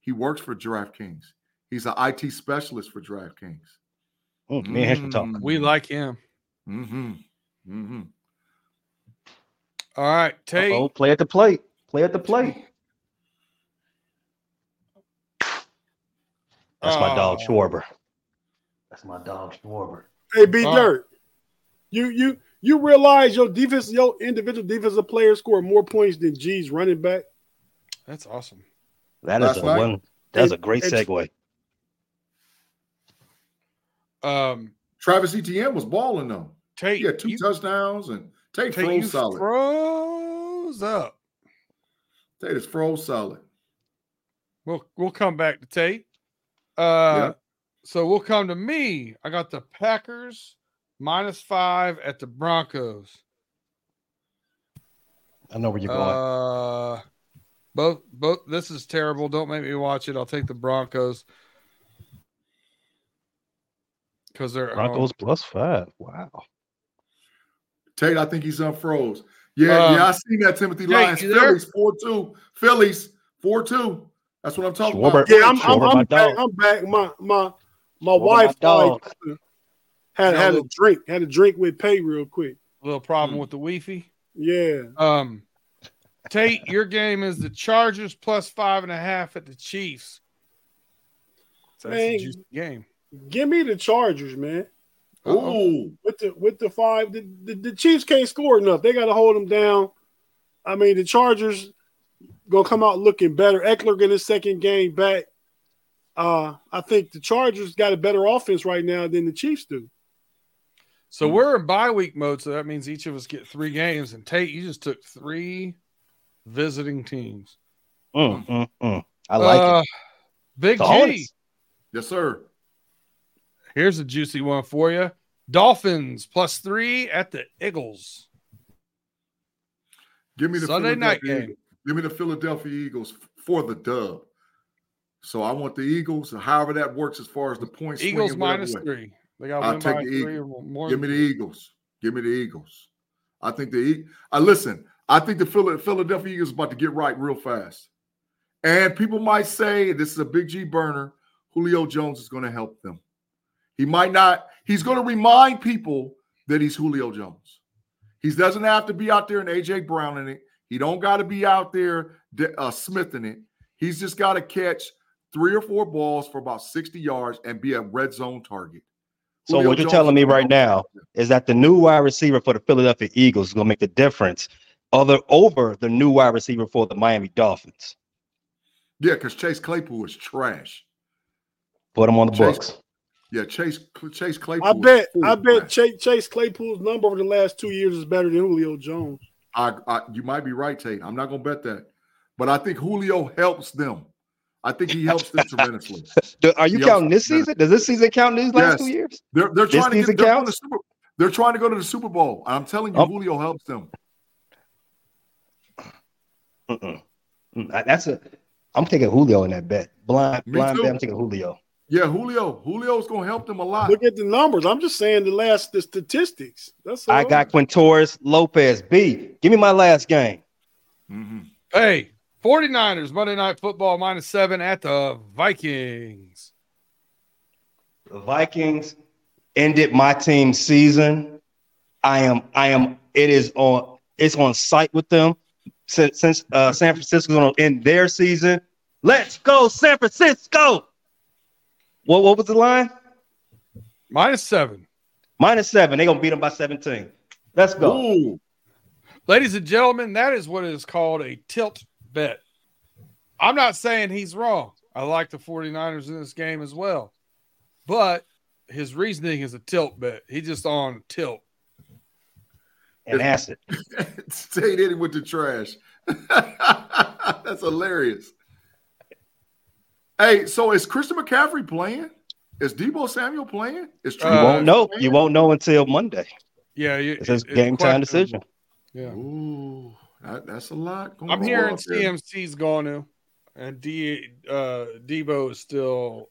[SPEAKER 2] he works for DraftKings. He's an IT specialist for DraftKings.
[SPEAKER 4] Oh, me and Henry talk.
[SPEAKER 2] Mm.
[SPEAKER 1] We like him.
[SPEAKER 2] Mm-hmm. Mm-hmm.
[SPEAKER 1] All right, Tate.
[SPEAKER 4] Oh, play at the plate. Play at the plate. That's my dog
[SPEAKER 1] Oh.
[SPEAKER 4] Schwarber. That's my dog Schwarber.
[SPEAKER 3] Hey, B
[SPEAKER 1] Oh.
[SPEAKER 3] Dirt, you you you realize your defense, your individual defensive players scored more points than G's running back.
[SPEAKER 1] That's awesome.
[SPEAKER 4] That is
[SPEAKER 2] Last
[SPEAKER 4] a
[SPEAKER 2] night?
[SPEAKER 4] one. That's a great
[SPEAKER 3] It's-
[SPEAKER 4] segue.
[SPEAKER 1] Um,
[SPEAKER 2] Travis Etienne was balling though.
[SPEAKER 1] Tate,
[SPEAKER 2] He had two
[SPEAKER 1] you,
[SPEAKER 2] touchdowns and Tate,
[SPEAKER 1] Tate, you
[SPEAKER 2] froze solid.
[SPEAKER 1] froze up.
[SPEAKER 2] Tate is froze solid.
[SPEAKER 1] We'll we'll come back to Tate. Uh, so we'll come to me. I got the Packers minus five at the Broncos.
[SPEAKER 4] I know where you're going.
[SPEAKER 1] Uh, both both. This is terrible. Don't make me watch it. I'll take the Broncos because they're um, at home.
[SPEAKER 4] Broncos plus five. Wow.
[SPEAKER 2] Tate, I think he's unfroze. Yeah,
[SPEAKER 1] Um,
[SPEAKER 2] yeah, I seen that Timothy
[SPEAKER 1] Tate,
[SPEAKER 2] Lyons.
[SPEAKER 1] you there?
[SPEAKER 2] Phillies four two. Phillies four two. That's what I'm talking
[SPEAKER 4] Schwarber.
[SPEAKER 2] about.
[SPEAKER 3] Yeah, I'm I'm,
[SPEAKER 4] Schwarber, my
[SPEAKER 3] I'm back.
[SPEAKER 4] dog.
[SPEAKER 3] I'm back. My my my
[SPEAKER 4] Schwarber, my
[SPEAKER 3] wife uh,
[SPEAKER 4] dog.
[SPEAKER 3] had had a
[SPEAKER 1] Hello.
[SPEAKER 3] drink, had a drink with Pay real quick.
[SPEAKER 1] Little problem
[SPEAKER 2] Hmm.
[SPEAKER 1] with the Wi-Fi.
[SPEAKER 3] Yeah,
[SPEAKER 1] Um, Tate, your game is the Chargers plus five and a half at the Chiefs. So that's a
[SPEAKER 3] Man.
[SPEAKER 1] juicy game.
[SPEAKER 3] give me the Chargers, man.
[SPEAKER 1] Uh-oh.
[SPEAKER 2] Ooh,
[SPEAKER 3] with the with the five, the, the, the Chiefs can't score enough. They got to hold them down. I mean, the Chargers gonna come out looking better. Eckler get his second game back. Uh, I think the Chargers got a better offense right now than the Chiefs do.
[SPEAKER 1] So we're in bye week mode, so that means each of us get three games. And Tate, you just took three visiting teams.
[SPEAKER 4] Mm, mm, mm. I like it.
[SPEAKER 1] Uh, Big
[SPEAKER 4] The
[SPEAKER 1] G,
[SPEAKER 4] Hornets.
[SPEAKER 2] yes, sir.
[SPEAKER 1] here's a juicy one for you. Dolphins plus three at the Eagles.
[SPEAKER 2] Give me the
[SPEAKER 1] Sunday night
[SPEAKER 2] Philadelphia
[SPEAKER 1] game.
[SPEAKER 2] Eagles. Give me the Philadelphia Eagles for the dub. So I want the Eagles, and however that works as far as the points.
[SPEAKER 1] Eagles
[SPEAKER 2] swinging, whatever
[SPEAKER 1] minus
[SPEAKER 2] way.
[SPEAKER 1] three. They got
[SPEAKER 2] I'll
[SPEAKER 1] win
[SPEAKER 2] take
[SPEAKER 1] by
[SPEAKER 2] the
[SPEAKER 1] three or more.
[SPEAKER 2] Give me the Eagles. Give me the Eagles. I think the E- I listen. I think the Phila- Philadelphia Eagles about to get right real fast. And people might say this is a big G burner. Julio Jones is going to help them. He might not. He's going to remind people that he's Julio Jones. He doesn't have to be out there and AJ Brown in it. He don't got to be out there de- uh, smithing it. He's just got to catch three or four balls for about sixty yards and be a red zone target.
[SPEAKER 4] So
[SPEAKER 2] Julio
[SPEAKER 4] what you're
[SPEAKER 2] Jones
[SPEAKER 4] telling me
[SPEAKER 2] is gonna
[SPEAKER 4] right
[SPEAKER 2] help
[SPEAKER 4] now is that the new wide receiver for the Philadelphia Eagles is going to make the difference other over the new wide receiver for the Miami Dolphins.
[SPEAKER 2] Yeah, because Chase Claypool is trash.
[SPEAKER 4] Put him on the
[SPEAKER 2] Chase-
[SPEAKER 4] books.
[SPEAKER 2] Yeah, Chase Chase Claypool.
[SPEAKER 3] I
[SPEAKER 2] is
[SPEAKER 3] bet
[SPEAKER 2] full
[SPEAKER 3] I
[SPEAKER 2] of
[SPEAKER 3] bet
[SPEAKER 2] trash.
[SPEAKER 3] Chase, Chase Claypool's number over the last two years is better than Julio Jones.
[SPEAKER 2] I, I, you might be right, Tate. I'm not gonna bet that, but I think Julio helps them. I think he helps them tremendously.
[SPEAKER 4] Do- are you
[SPEAKER 2] Yep.
[SPEAKER 4] counting this season? Does this season count in these last
[SPEAKER 2] Yes.
[SPEAKER 4] two years?
[SPEAKER 2] They're they're
[SPEAKER 4] This
[SPEAKER 2] trying to
[SPEAKER 4] season
[SPEAKER 2] get they're, going
[SPEAKER 4] counts?
[SPEAKER 2] to Super, they're trying to go to the Super Bowl. I'm telling you,
[SPEAKER 4] Oh.
[SPEAKER 2] Julio helps them.
[SPEAKER 4] Mm-mm. Mm, I- That's a. I'm taking Julio in that bet. Blind,
[SPEAKER 2] Me
[SPEAKER 4] blind
[SPEAKER 2] too.
[SPEAKER 4] bet. I'm taking Julio.
[SPEAKER 2] Yeah, Julio. Julio's gonna help them a lot.
[SPEAKER 3] Look at the numbers. I'm just saying the last the statistics. That's all.
[SPEAKER 4] I got Quintoris Lopez. B. Give me my last game.
[SPEAKER 2] Mhm.
[SPEAKER 1] Hey, 49ers, Monday Night Football minus seven at the Vikings.
[SPEAKER 4] The Vikings ended my team's season. I am. I am. It is on. It's on site with them since, since uh, San Francisco's going to end their season. Let's go, San Francisco. What? What was the line?
[SPEAKER 1] Minus seven.
[SPEAKER 4] Minus seven. They're going to beat them by 17. Let's go.
[SPEAKER 2] Ooh,
[SPEAKER 1] Ladies and gentlemen, that is what is called a tilt bet. I'm not saying he's wrong. I like the 49ers in this game as well. But his reasoning is a tilt bet. He's just on tilt.
[SPEAKER 4] and that's it.
[SPEAKER 2] Tate hit it with the trash. That's hilarious. Hey, so is Christian McCaffrey playing? Is Debo Samuel playing? Is
[SPEAKER 1] Uh,
[SPEAKER 4] You won't know.
[SPEAKER 2] playing?
[SPEAKER 4] You won't know until Monday.
[SPEAKER 1] Yeah, you-
[SPEAKER 4] It's his
[SPEAKER 1] it- it's
[SPEAKER 4] game time decision.
[SPEAKER 1] questionable. Yeah.
[SPEAKER 2] Ooh, that, that's a lot. Going
[SPEAKER 1] I'm
[SPEAKER 2] on
[SPEAKER 1] hearing
[SPEAKER 2] out there.
[SPEAKER 1] CMC's going to, and D uh Debo is still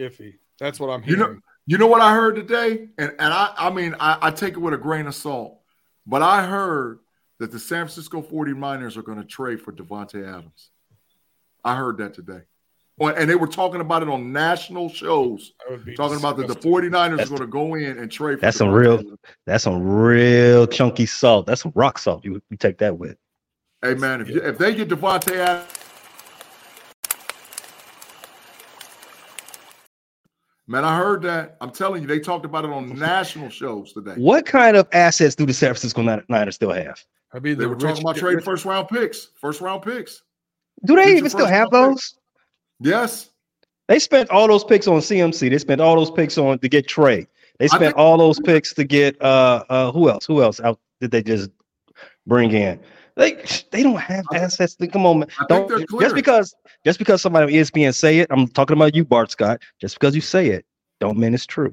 [SPEAKER 1] iffy. That's what I'm
[SPEAKER 2] You
[SPEAKER 1] hearing.
[SPEAKER 2] know- You know what I heard today, and and I I mean I, I take it with a grain of salt, but I heard that the San Francisco 49ers are going to trade for Devontae Adams. I heard that today. Oh, And they were talking about it on national shows,
[SPEAKER 1] That would be
[SPEAKER 2] talking about that the
[SPEAKER 1] disgusting.
[SPEAKER 2] 49ers
[SPEAKER 4] That's-
[SPEAKER 2] are going to go in and trade for
[SPEAKER 4] that's some
[SPEAKER 2] Devontae
[SPEAKER 4] real-
[SPEAKER 2] Adams.
[SPEAKER 4] That's some real chunky salt. That's some rock salt. You, you take that with.
[SPEAKER 2] Hey man, if, you, if they get Devontae Adams, man, I heard that. I'm telling you, they talked about it on national shows today.
[SPEAKER 4] What kind of assets do the San Francisco Nin- Niners still have?
[SPEAKER 1] That'd be
[SPEAKER 2] They
[SPEAKER 1] the
[SPEAKER 2] were
[SPEAKER 1] rich
[SPEAKER 2] talking about
[SPEAKER 1] get
[SPEAKER 2] trading
[SPEAKER 1] rich-
[SPEAKER 2] first round picks, first round picks.
[SPEAKER 4] Do they
[SPEAKER 2] Future
[SPEAKER 4] even still
[SPEAKER 2] first
[SPEAKER 4] have
[SPEAKER 2] round pick.
[SPEAKER 4] those?
[SPEAKER 2] Yes,
[SPEAKER 4] They spent all those picks on CMC. They spent all those picks on to get Trey. They spent
[SPEAKER 2] think-
[SPEAKER 4] all those picks to get uh uh who else? Who else out did they just bring in? They they don't have
[SPEAKER 2] I think-
[SPEAKER 4] assets. To, come on, man.
[SPEAKER 2] I think
[SPEAKER 4] Don't,
[SPEAKER 2] they're clear.
[SPEAKER 4] just because just because somebody on E ESPN say it, I'm talking about you, Bart Scott. Just because you say it, don't mean it's true.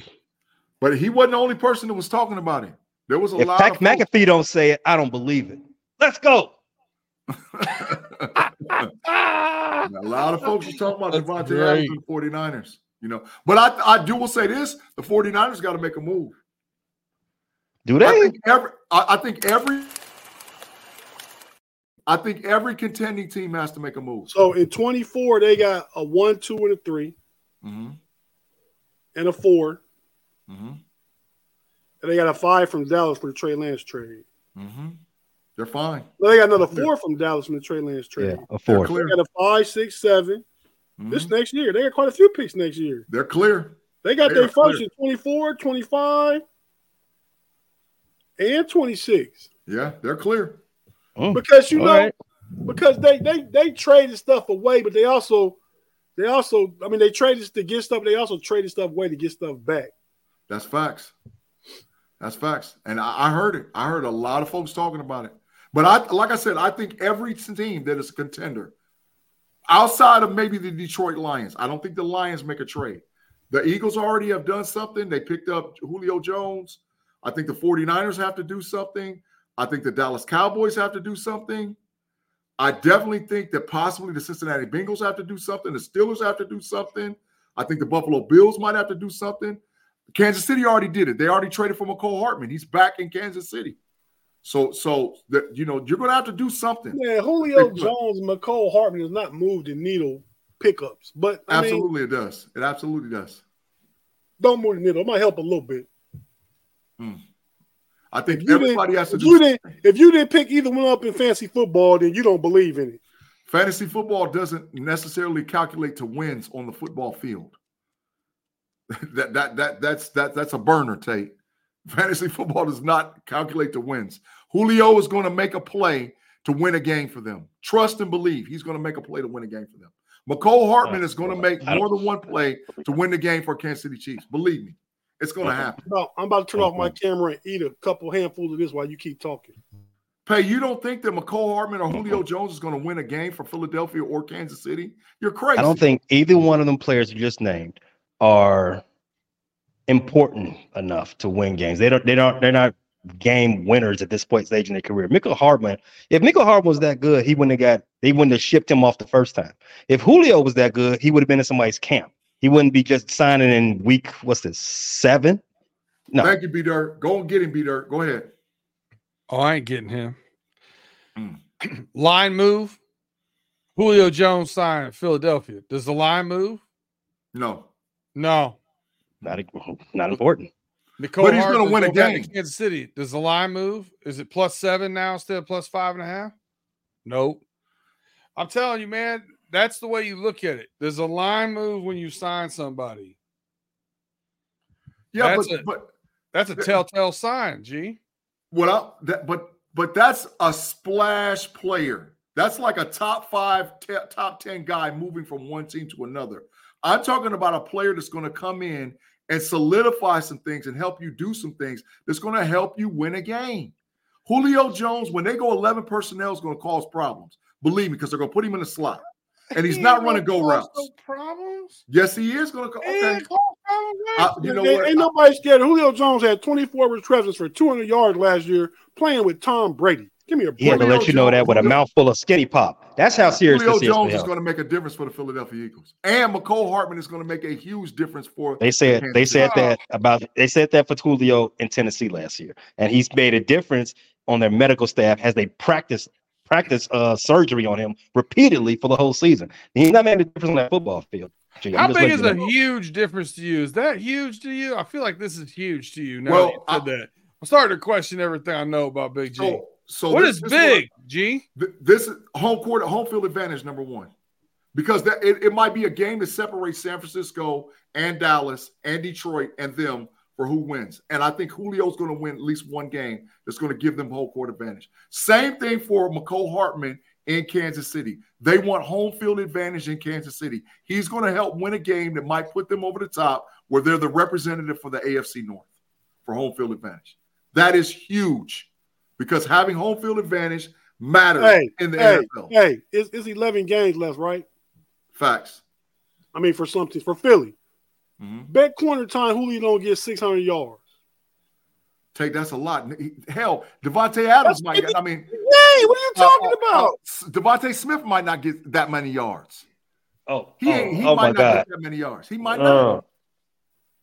[SPEAKER 2] but he wasn't the only person that was talking about him. There was a
[SPEAKER 4] If
[SPEAKER 2] lot.
[SPEAKER 4] Pat
[SPEAKER 2] of folks-
[SPEAKER 4] McAfee don't say it, I don't believe it. Let's go.
[SPEAKER 1] Ah!
[SPEAKER 2] a lot of folks was talking about
[SPEAKER 1] That's
[SPEAKER 2] Devontae Adams
[SPEAKER 1] great.
[SPEAKER 2] and the 49ers. You know, but I, I do will say this: the 49ers got to make a move.
[SPEAKER 4] Do
[SPEAKER 2] I
[SPEAKER 4] they?
[SPEAKER 2] think every I, I think every I think every contending team has to make a move.
[SPEAKER 3] So in 24, they got a one, two, and a three,
[SPEAKER 2] hmm
[SPEAKER 3] and a four.
[SPEAKER 2] hmm
[SPEAKER 3] And they got a five from Dallas for the Trey Lance trade.
[SPEAKER 2] hmm They're fine.
[SPEAKER 3] Well, they got another four from Dallas from the Trey Lance trade.
[SPEAKER 4] Yeah, a
[SPEAKER 2] They're
[SPEAKER 4] four.
[SPEAKER 3] They
[SPEAKER 2] clear.
[SPEAKER 3] got a five, six, seven.
[SPEAKER 2] Mhm.
[SPEAKER 3] This next year, they got quite a few picks next year.
[SPEAKER 2] They're clear.
[SPEAKER 3] They got
[SPEAKER 2] They
[SPEAKER 3] their
[SPEAKER 2] are clear.
[SPEAKER 3] first in 24, 25, and 26.
[SPEAKER 2] Yeah, they're clear.
[SPEAKER 3] Because you
[SPEAKER 4] Mm. All
[SPEAKER 3] know,
[SPEAKER 4] right.
[SPEAKER 3] because they they they traded stuff away, but they also they also I mean they traded to get stuff, they also traded stuff away to get stuff back.
[SPEAKER 2] That's facts. That's facts. And I, I heard it. I heard a lot of folks talking about it. But I like I said, I think every team that is a contender, outside of maybe the Detroit Lions, I don't think the Lions make a trade. The Eagles already have done something. They picked up Julio Jones. I think the 49ers have to do something. I think the Dallas Cowboys have to do something. I definitely think that possibly the Cincinnati Bengals have to do something. The Steelers have to do something. I think the Buffalo Bills might have to do something. Kansas City already did it. They already traded for McCole Hartman. He's back in Kansas City. So, so the, you know, you're going to have to do something.
[SPEAKER 3] Yeah, Julio
[SPEAKER 2] Big play.
[SPEAKER 3] Jones, McCole Hartman has not moved the needle pickups, but I mean
[SPEAKER 2] Absolutely, it does. It absolutely does.
[SPEAKER 3] don't move the needle. It might help a little bit.
[SPEAKER 2] I think
[SPEAKER 3] you
[SPEAKER 2] everybody has to
[SPEAKER 3] If
[SPEAKER 2] do.
[SPEAKER 3] you didn't if you didn't pick either one up in fantasy football, then you don't believe in it.
[SPEAKER 2] fantasy football doesn't necessarily calculate to wins on the football field. that that that that's that that's a burner, Tate. Fantasy football does not calculate to wins. Julio is going to make a play to win a game for them. Trust and believe he's going to make a play to win a game for them. McCole Hartman is going to make
[SPEAKER 4] I don't-
[SPEAKER 2] more than one play to win the game for Kansas City Chiefs. Believe me, it's going to happen.
[SPEAKER 3] No, I'm about to turn off my camera and eat a couple handfuls of this while you keep talking.
[SPEAKER 2] Pay, you don't think that McCole Hartman or Julio Jones is going to win a game for Philadelphia or Kansas City? You're crazy.
[SPEAKER 4] I don't think either one of them players you just named are important enough to win games. They don't. They don't. They're not game winners at this point stage in their career. Michael Hardman. If Michael Hardman was that good, he wouldn't have got. They wouldn't have shipped him off the first time. If Julio was that good, he would have been in somebody's camp. He wouldn't be just signing in week. What's this? Seven. No.
[SPEAKER 2] Thank you, B Dirt. Go and get him, B Dirt. Go ahead.
[SPEAKER 1] Oh, I ain't getting him.
[SPEAKER 2] Mm.
[SPEAKER 1] line move. Julio Jones signed in Philadelphia. Does the line move?
[SPEAKER 2] No,
[SPEAKER 1] No.
[SPEAKER 4] Not. Not important.
[SPEAKER 1] Nicole
[SPEAKER 2] But he's gonna
[SPEAKER 1] Hardman's
[SPEAKER 2] win a
[SPEAKER 1] going back to
[SPEAKER 2] game.
[SPEAKER 1] Kansas City. Does the line move? Is it plus seven now instead of plus five and a half? Nope. I'm telling you, man, that's the way you look at it. There's a line move when you sign somebody.
[SPEAKER 2] yeah,
[SPEAKER 1] That's
[SPEAKER 2] but
[SPEAKER 1] it.
[SPEAKER 2] but
[SPEAKER 1] That's a telltale sign, G.
[SPEAKER 2] what I that but but that's a splash player. That's like a top five, te- top ten guy moving from one team to another. I'm talking about a player that's going to come in and solidify some things and help you do some things that's going to help you win a game. Julio Jones, when they go 11 personnel, is going to cause problems. Believe me, because they're going to put him in the slot. And he's
[SPEAKER 1] He
[SPEAKER 2] not
[SPEAKER 1] ain't
[SPEAKER 2] running
[SPEAKER 1] gonna
[SPEAKER 2] go
[SPEAKER 1] cause
[SPEAKER 2] routes.
[SPEAKER 1] no problems.
[SPEAKER 2] Yes, he is going to.
[SPEAKER 1] He
[SPEAKER 2] Okay,
[SPEAKER 1] ain't cause problems.
[SPEAKER 2] I- you know
[SPEAKER 3] Ain't-
[SPEAKER 2] what?
[SPEAKER 3] Ain't nobody scared. Julio Jones had 24 receptions for 200 yards last year playing with Tom Brady. Give me a break.
[SPEAKER 4] He had to let you know that with a mouthful of skinny pop. That's how serious
[SPEAKER 2] Julio
[SPEAKER 4] this is. for
[SPEAKER 2] Jones is
[SPEAKER 4] him.
[SPEAKER 2] going to make a difference for the Philadelphia Eagles, and McCole Hartman is going to make a huge difference for.
[SPEAKER 4] They said
[SPEAKER 2] Kansas
[SPEAKER 4] they
[SPEAKER 2] City.
[SPEAKER 4] said that about they said that for Tulio in Tennessee last year, and he's made a difference on their medical staff as they practice practice uh, surgery on him repeatedly for the whole season. He's not making a difference on that football field. Gee, I'm
[SPEAKER 1] How
[SPEAKER 4] just
[SPEAKER 1] big
[SPEAKER 4] letting
[SPEAKER 1] is
[SPEAKER 4] you
[SPEAKER 1] a
[SPEAKER 4] know.
[SPEAKER 1] huge difference to you? Is that huge to you? I feel like this is huge to you. Now
[SPEAKER 2] Well,
[SPEAKER 1] that you said that. I'm starting to question everything I know about Big G.
[SPEAKER 2] So, so
[SPEAKER 1] what
[SPEAKER 2] this-
[SPEAKER 1] is
[SPEAKER 2] this what I-
[SPEAKER 1] big, G?
[SPEAKER 2] Th- this is home court home field advantage number one because that it, it might be a game that separates san francisco and dallas and detroit and them for who wins and i think julio's going to win at least one game that's going to give them home court advantage same thing for McCole hartman in kansas city they want home field advantage in kansas city he's going to help win a game that might put them over the top where they're the representative for the afc north for home field advantage that is huge because having home field advantage matters
[SPEAKER 3] Hey,
[SPEAKER 2] in the
[SPEAKER 3] hey,
[SPEAKER 2] NFL.
[SPEAKER 3] hey, it's, it's 11 games left, right?
[SPEAKER 2] Facts.
[SPEAKER 3] I mean, for something for Philly.
[SPEAKER 2] Mhm.
[SPEAKER 3] Bet corner time, Julio don't get 600 yards.
[SPEAKER 2] Take that's a lot. He- Hell, Devontae Adams
[SPEAKER 3] That's
[SPEAKER 2] might. Get, I mean,
[SPEAKER 3] Hey, what are you talking
[SPEAKER 2] uh, uh,
[SPEAKER 3] about?
[SPEAKER 2] uh, S- Devontae Smith might not get that many yards.
[SPEAKER 4] Oh,
[SPEAKER 2] He,
[SPEAKER 4] oh,
[SPEAKER 2] ain't he
[SPEAKER 4] oh
[SPEAKER 2] might
[SPEAKER 4] my
[SPEAKER 2] not
[SPEAKER 4] God.
[SPEAKER 2] get that many yards. He might
[SPEAKER 4] Uh,
[SPEAKER 2] not.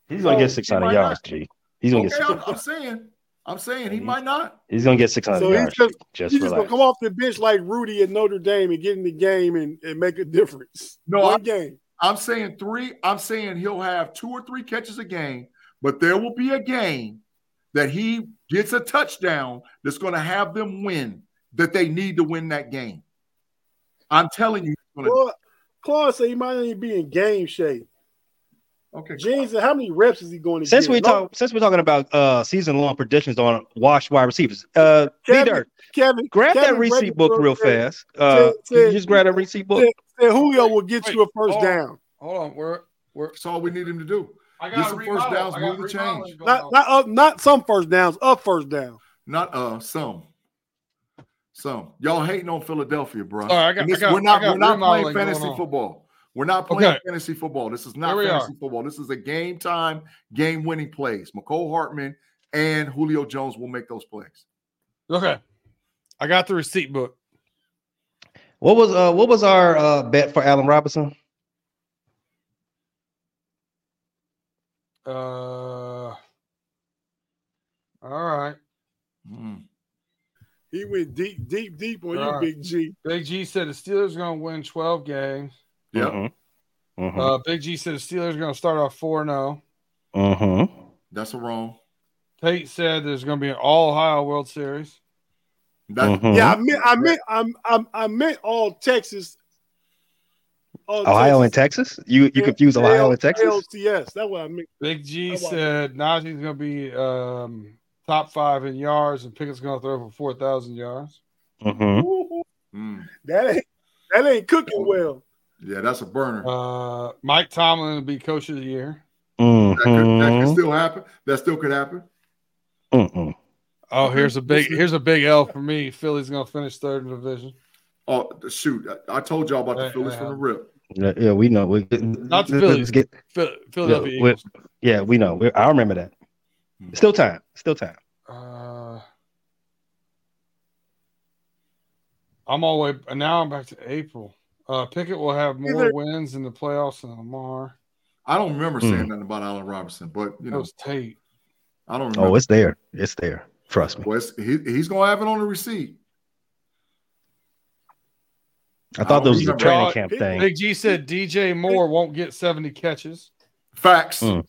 [SPEAKER 4] he's gonna get
[SPEAKER 2] So,
[SPEAKER 4] six
[SPEAKER 2] he might
[SPEAKER 4] hundred
[SPEAKER 2] not.
[SPEAKER 4] yards, G. He's gonna
[SPEAKER 2] okay,
[SPEAKER 4] get
[SPEAKER 2] I'm, I'm
[SPEAKER 4] six,
[SPEAKER 2] saying, I'm saying he
[SPEAKER 4] Mhm.
[SPEAKER 2] might not.
[SPEAKER 4] he's gonna get six hundred
[SPEAKER 3] So he's
[SPEAKER 4] yards.
[SPEAKER 3] just-
[SPEAKER 4] Just, just
[SPEAKER 3] He's just gonna
[SPEAKER 4] relax.
[SPEAKER 3] come off the bench like Rudy at Notre Dame and get in the game and, and make a difference.
[SPEAKER 2] No,
[SPEAKER 3] One game.
[SPEAKER 2] I'm saying three. I'm saying he'll have two or three catches a game, but there will be a game that he gets a touchdown that's going to have them win. That they need to win that game. I'm telling you. he's gonna-
[SPEAKER 3] Claude, Claude said he might not even be in game shape.
[SPEAKER 2] Okay.
[SPEAKER 3] James, said, how many reps is he going to
[SPEAKER 4] Since
[SPEAKER 3] get?
[SPEAKER 4] we
[SPEAKER 3] No,
[SPEAKER 4] talk, since we're talking about uh, season long predictions on wash wide receivers, uh, B
[SPEAKER 3] Kevin-
[SPEAKER 4] Dirt,
[SPEAKER 3] Kevin,
[SPEAKER 4] grab
[SPEAKER 3] Kevin
[SPEAKER 4] that receipt
[SPEAKER 3] Reddick
[SPEAKER 4] book real
[SPEAKER 3] said-
[SPEAKER 4] fast. Uh,
[SPEAKER 3] said-
[SPEAKER 4] can you just grab that receipt book.
[SPEAKER 3] Said Julio will get you a first
[SPEAKER 1] Wait, hold
[SPEAKER 3] down.
[SPEAKER 1] Hold on. We're we're
[SPEAKER 2] That's all we need him to do.
[SPEAKER 1] I
[SPEAKER 2] Get some first downs, move the chains.
[SPEAKER 3] Not not up, not some first downs, up first down.
[SPEAKER 2] Not uh some. Some. Y'all hating on Philadelphia, bro.
[SPEAKER 1] Sorry, I got- I got-
[SPEAKER 2] we're not
[SPEAKER 1] I got
[SPEAKER 2] we're not playing
[SPEAKER 1] remodeling
[SPEAKER 2] fantasy
[SPEAKER 1] going on.
[SPEAKER 2] football. We're not playing
[SPEAKER 1] Okay.
[SPEAKER 2] fantasy football. This is not
[SPEAKER 1] Here we
[SPEAKER 2] fantasy football. This is a game time, game winning plays. McCole Hartman and Julio Jones will make those plays.
[SPEAKER 1] okay. I got the receipt book.
[SPEAKER 4] What was uh, what was our uh, bet for Allen Robinson?
[SPEAKER 1] Uh, all right.
[SPEAKER 2] Mm-hmm.
[SPEAKER 3] He went deep, deep, deep on
[SPEAKER 1] All right.
[SPEAKER 3] you, Big G.
[SPEAKER 1] Big G said the Steelers are going to win 12 games.
[SPEAKER 2] Yeah.
[SPEAKER 4] Mm-hmm. Mm-hmm.
[SPEAKER 1] Uh, Big G said the Steelers are going to start off oh. 4 0.
[SPEAKER 4] mm-hmm.
[SPEAKER 2] That's a wrong.
[SPEAKER 1] Tate said there's going to be an all Ohio World Series.
[SPEAKER 2] That,
[SPEAKER 4] Mhm.
[SPEAKER 3] Yeah, I meant, I meant, I'm, I'm, I meant all Texas. All
[SPEAKER 4] Ohio and Texas. You you confuse Ohio and Texas.
[SPEAKER 3] LCS. That's what I meant.
[SPEAKER 1] Big G
[SPEAKER 3] I like it.
[SPEAKER 1] said Najee's going to be um, top five in yards and Pickett's going to throw for 4,000 yards.
[SPEAKER 4] Mm-hmm.
[SPEAKER 3] Ooh,
[SPEAKER 2] mm,
[SPEAKER 3] That ain't, that ain't cooking well.
[SPEAKER 2] yeah, that's a burner.
[SPEAKER 1] Uh, Mike Tomlin will be coach of the year.
[SPEAKER 2] that, could, that could
[SPEAKER 4] Mm-hmm.
[SPEAKER 2] still happen. That still could happen.
[SPEAKER 4] Mm-hmm.
[SPEAKER 1] Oh, here's a big here's a big L for me. Philly's going to finish third in the division.
[SPEAKER 2] Oh shoot. I, I told y'all about the
[SPEAKER 1] That-
[SPEAKER 2] Phillies from the rip.
[SPEAKER 4] Yeah, yeah, we know. We,
[SPEAKER 1] Not the Phillies.
[SPEAKER 4] let's get-
[SPEAKER 1] Phil- Philadelphia
[SPEAKER 4] Yeah,
[SPEAKER 1] Eagles.
[SPEAKER 4] yeah, we know. We, I remember that.
[SPEAKER 2] Hmm.
[SPEAKER 4] Still time. Still time.
[SPEAKER 1] Uh, I'm all the way and now. I'm back to April. Uh, Pickett will have more
[SPEAKER 3] Either-
[SPEAKER 1] wins in the playoffs than Lamar.
[SPEAKER 2] I don't remember
[SPEAKER 4] Hmm.
[SPEAKER 2] saying nothing about Allen Robinson, but you
[SPEAKER 1] That
[SPEAKER 2] know,
[SPEAKER 1] was Tate.
[SPEAKER 2] I don't remember.
[SPEAKER 4] Oh, it's there. It's there. Trust me.
[SPEAKER 2] Well, it's, he, he's gonna have it on the receipt.
[SPEAKER 4] I thought
[SPEAKER 2] I
[SPEAKER 4] those was a
[SPEAKER 2] remember.
[SPEAKER 4] training camp
[SPEAKER 3] Big-
[SPEAKER 4] thing.
[SPEAKER 1] Big G said DJ Moore won't get 70 catches.
[SPEAKER 2] Facts.
[SPEAKER 4] Hmm.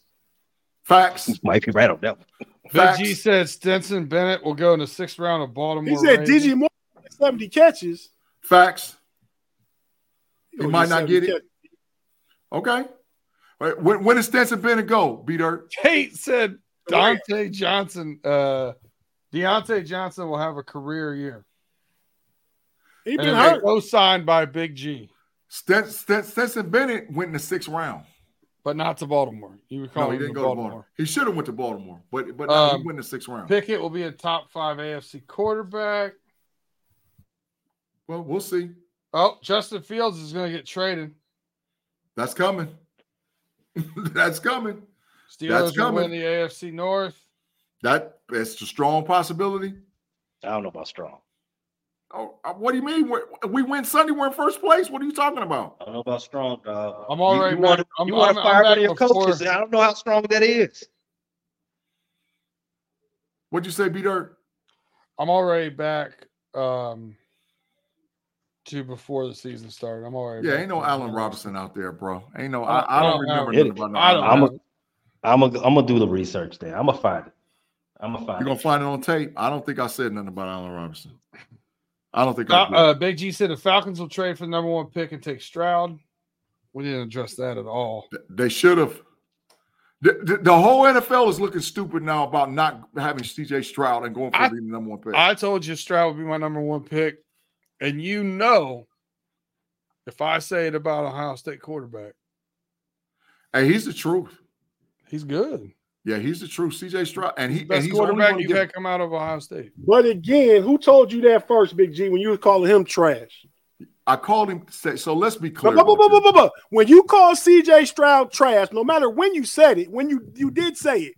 [SPEAKER 2] Facts.
[SPEAKER 4] Might be right on that. one.
[SPEAKER 1] Big
[SPEAKER 2] Facts.
[SPEAKER 1] G said Stenson Bennett will go in the sixth round of Baltimore.
[SPEAKER 3] He said
[SPEAKER 1] Ravens.
[SPEAKER 3] DG Moore had 70 catches.
[SPEAKER 2] Facts.
[SPEAKER 3] He gonna
[SPEAKER 2] might not
[SPEAKER 3] 70
[SPEAKER 2] get it.
[SPEAKER 3] catches.
[SPEAKER 2] Okay. Wait, When, when does Stenson Bennett go, B Dirt?
[SPEAKER 1] Tate said Dante Johnson. Uh, Deontay Johnson will have a career year.
[SPEAKER 3] He been
[SPEAKER 1] And
[SPEAKER 3] hurt.
[SPEAKER 1] signed by Big G,
[SPEAKER 2] Sten, Sten, Stenson Bennett went in the sixth round.
[SPEAKER 1] but not to Baltimore. You recall
[SPEAKER 2] No, he
[SPEAKER 1] him
[SPEAKER 2] didn't
[SPEAKER 1] to
[SPEAKER 2] go to Baltimore. He should have went to Baltimore, but but no,
[SPEAKER 1] Um,
[SPEAKER 2] he went in the sixth round.
[SPEAKER 1] Pickett will be a top five AFC quarterback.
[SPEAKER 2] well, we'll see.
[SPEAKER 1] Oh, Justin Fields is going to get traded.
[SPEAKER 2] That's coming. That's coming.
[SPEAKER 1] Steelers will
[SPEAKER 2] coming.
[SPEAKER 1] win the AFC North.
[SPEAKER 2] That that's a strong possibility.
[SPEAKER 4] I don't know about strong.
[SPEAKER 2] Oh, uh, what do you mean? we we win Sunday. We're in first place. What are you talking about?
[SPEAKER 4] I don't know about strong, dog.
[SPEAKER 1] I'm all
[SPEAKER 4] You-
[SPEAKER 1] right,
[SPEAKER 4] You want to
[SPEAKER 1] Mac. I'm-
[SPEAKER 4] you want
[SPEAKER 1] I'm-
[SPEAKER 4] to
[SPEAKER 1] I'm
[SPEAKER 4] fire one
[SPEAKER 1] back
[SPEAKER 4] of your
[SPEAKER 1] before-
[SPEAKER 4] coaches? I don't know how strong that is.
[SPEAKER 2] What'd you say, B Dirt?
[SPEAKER 1] I'm already back um, to before the season started. I'm already
[SPEAKER 2] Yeah,
[SPEAKER 1] back
[SPEAKER 2] ain't no
[SPEAKER 1] to-
[SPEAKER 2] Allen Robinson out there, bro. Ain't no.
[SPEAKER 1] I-
[SPEAKER 2] I, I don't
[SPEAKER 1] I don't
[SPEAKER 2] remember
[SPEAKER 4] know.
[SPEAKER 2] nothing about no.
[SPEAKER 1] Oh, I don't
[SPEAKER 2] Allen
[SPEAKER 4] I'm
[SPEAKER 1] know.
[SPEAKER 2] Robinson.
[SPEAKER 4] a, I'm a, I'm gonna do the research there. I'm gonna find it. I'm gonna find
[SPEAKER 2] You're gonna
[SPEAKER 4] it.
[SPEAKER 2] find it on tape. I don't think I said nothing about Allen Robinson. I don't think
[SPEAKER 1] Fal-
[SPEAKER 2] I did.
[SPEAKER 1] uh, Big G said the Falcons will trade for the number one pick and take Stroud. We didn't address that at all.
[SPEAKER 2] They should have. The, the- the whole NFL is looking stupid now about not having CJ Stroud and going for
[SPEAKER 1] I-
[SPEAKER 2] being the number one pick.
[SPEAKER 1] I told you Stroud would be my number one pick, and you know, if I say it about Ohio State quarterback,
[SPEAKER 2] hey, he's the truth.
[SPEAKER 1] he's good.
[SPEAKER 2] Yeah, he's the truth. CJ Stroud, and he and
[SPEAKER 1] Best
[SPEAKER 2] he's only
[SPEAKER 1] quarterback
[SPEAKER 2] gonna
[SPEAKER 1] you've
[SPEAKER 2] get-
[SPEAKER 1] had come out of Ohio State.
[SPEAKER 3] But again, who told you that first, Big G, when you was calling him trash?
[SPEAKER 2] I called him. Say, so let's be
[SPEAKER 3] But,
[SPEAKER 2] clear.
[SPEAKER 3] but, but,
[SPEAKER 2] about
[SPEAKER 3] but,
[SPEAKER 2] this.
[SPEAKER 3] but, but, when you call CJ Stroud trash, no matter when you said it, when you you did say it,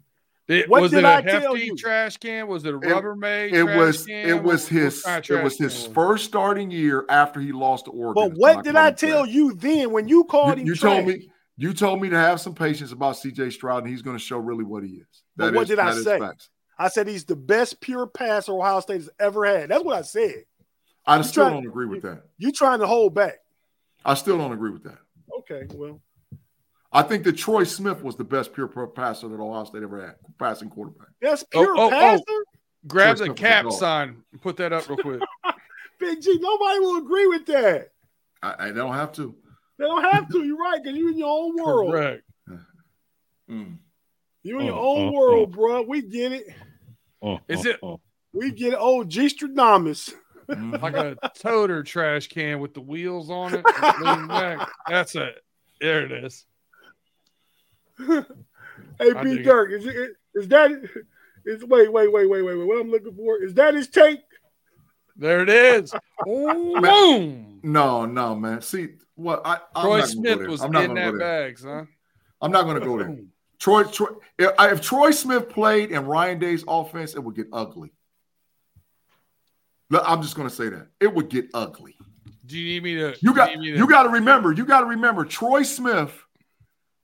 [SPEAKER 1] It-
[SPEAKER 3] What
[SPEAKER 1] was
[SPEAKER 3] did
[SPEAKER 1] it a
[SPEAKER 3] I
[SPEAKER 1] hefty
[SPEAKER 3] tell you?
[SPEAKER 1] trash can? Was it a Rubbermaid?
[SPEAKER 2] It
[SPEAKER 1] trash
[SPEAKER 2] was
[SPEAKER 1] can?
[SPEAKER 2] it
[SPEAKER 1] What-
[SPEAKER 2] was
[SPEAKER 1] what
[SPEAKER 2] his
[SPEAKER 1] kind of
[SPEAKER 2] it
[SPEAKER 1] trash
[SPEAKER 2] was
[SPEAKER 1] can
[SPEAKER 2] his
[SPEAKER 1] it?
[SPEAKER 2] first starting year after he lost to Oregon.
[SPEAKER 3] but
[SPEAKER 2] That's when
[SPEAKER 3] what did I
[SPEAKER 2] called him
[SPEAKER 3] tell
[SPEAKER 2] trash.
[SPEAKER 3] you then when you called
[SPEAKER 2] You,
[SPEAKER 3] him
[SPEAKER 2] you
[SPEAKER 3] trash?
[SPEAKER 2] told me you told me to have some patience about CJ Stroud, and he's going to show really what he is.
[SPEAKER 3] But
[SPEAKER 2] That
[SPEAKER 3] what
[SPEAKER 2] is-
[SPEAKER 3] did I
[SPEAKER 2] that is
[SPEAKER 3] say?
[SPEAKER 2] facts.
[SPEAKER 3] I said he's the best pure passer Ohio State has ever had. That's what I said.
[SPEAKER 2] I still
[SPEAKER 3] trying-
[SPEAKER 2] don't agree with that.
[SPEAKER 3] You trying to hold back.
[SPEAKER 2] I still don't agree with that.
[SPEAKER 3] Okay, well,
[SPEAKER 2] I think that Troy Smith was the best pure passer that Ohio State ever had, passing quarterback.
[SPEAKER 3] that's
[SPEAKER 1] Oh,
[SPEAKER 3] pure
[SPEAKER 1] oh, oh.
[SPEAKER 3] passer.
[SPEAKER 1] Grab
[SPEAKER 2] Sure,
[SPEAKER 1] the
[SPEAKER 2] stuff with
[SPEAKER 1] cap
[SPEAKER 2] the dog.
[SPEAKER 1] sign and put that up real quick.
[SPEAKER 3] Big G, nobody will agree with that.
[SPEAKER 2] I, I don't have to.
[SPEAKER 3] They don't have to. You're right, because you're in your own world.
[SPEAKER 1] Correct. Uh,
[SPEAKER 2] Mm.
[SPEAKER 3] You're in your
[SPEAKER 4] Mm,
[SPEAKER 3] own
[SPEAKER 4] mm,
[SPEAKER 3] world, bruh. We get it.
[SPEAKER 4] Mm,
[SPEAKER 1] Is
[SPEAKER 4] mm,
[SPEAKER 1] it-
[SPEAKER 4] mm.
[SPEAKER 3] We get it. Oh, Old G Stradamus.
[SPEAKER 2] Mhm.
[SPEAKER 1] Like a toter trash can with the wheels on it. and lean back. That's it. There it is.
[SPEAKER 3] Hey,
[SPEAKER 1] I dig
[SPEAKER 3] B
[SPEAKER 1] it.
[SPEAKER 3] Dirk, is, it, is that is wait, wait, wait, wait, wait, wait. What I'm looking for is that his take?
[SPEAKER 1] There it is. Boom.
[SPEAKER 2] no, no, man. See what I
[SPEAKER 1] Troy
[SPEAKER 2] I'm not gonna go
[SPEAKER 1] Smith
[SPEAKER 2] there.
[SPEAKER 1] was
[SPEAKER 2] I'm not
[SPEAKER 1] in
[SPEAKER 2] going to
[SPEAKER 1] that
[SPEAKER 2] go there.
[SPEAKER 1] bag, son.
[SPEAKER 2] I'm not going to go there.
[SPEAKER 1] Boom.
[SPEAKER 2] Troy, Troy if, I- if Troy Smith played in Ryan Day's offense, it would get ugly. Look, I'm just going to say that it would get ugly.
[SPEAKER 1] Do you need me to?
[SPEAKER 2] You got
[SPEAKER 1] do need me to-
[SPEAKER 2] you got to remember. You got to remember. Troy Smith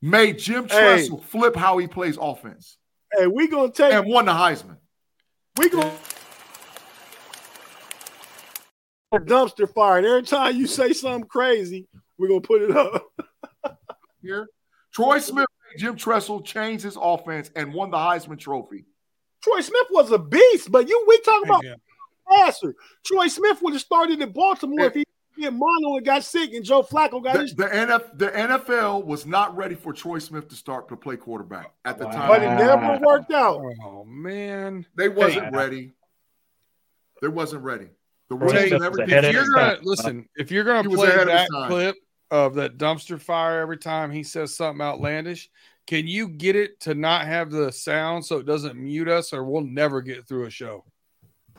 [SPEAKER 2] made Jim
[SPEAKER 3] Hey.
[SPEAKER 2] Tressel flip how he plays offense
[SPEAKER 3] Hey, we gonna take
[SPEAKER 2] and won the Heisman.
[SPEAKER 3] we gonna dumpster fire. And every time you say something crazy, we're gonna put it up.
[SPEAKER 2] Here, Troy Smith made Jim Tressel change his offense and won the Heisman Trophy.
[SPEAKER 3] Troy Smith was a beast, but you we talking about
[SPEAKER 1] Hey, man.
[SPEAKER 3] passer. Troy Smith would have started in Baltimore if he didn't mono and got sick and Joe Flacco got
[SPEAKER 2] The,
[SPEAKER 3] his
[SPEAKER 2] the NF, the NFL was not ready for Troy Smith to start to play quarterback at the
[SPEAKER 4] Wow.
[SPEAKER 2] time.
[SPEAKER 3] but it
[SPEAKER 2] Ah.
[SPEAKER 3] never worked out.
[SPEAKER 1] Oh man.
[SPEAKER 2] They wasn't
[SPEAKER 4] Hey.
[SPEAKER 2] ready. They wasn't ready. The
[SPEAKER 4] Troy
[SPEAKER 2] rules and
[SPEAKER 1] Smith
[SPEAKER 4] was
[SPEAKER 2] everything.
[SPEAKER 4] ahead of
[SPEAKER 1] If you're
[SPEAKER 4] his
[SPEAKER 1] gonna
[SPEAKER 4] time.
[SPEAKER 1] listen, if you're gonna
[SPEAKER 2] He was
[SPEAKER 1] play
[SPEAKER 2] ahead of his
[SPEAKER 1] that
[SPEAKER 2] time.
[SPEAKER 1] clip of that dumpster fire every time he says something outlandish, can you get it to not have the sound so it doesn't mute us, or we'll never get through a show?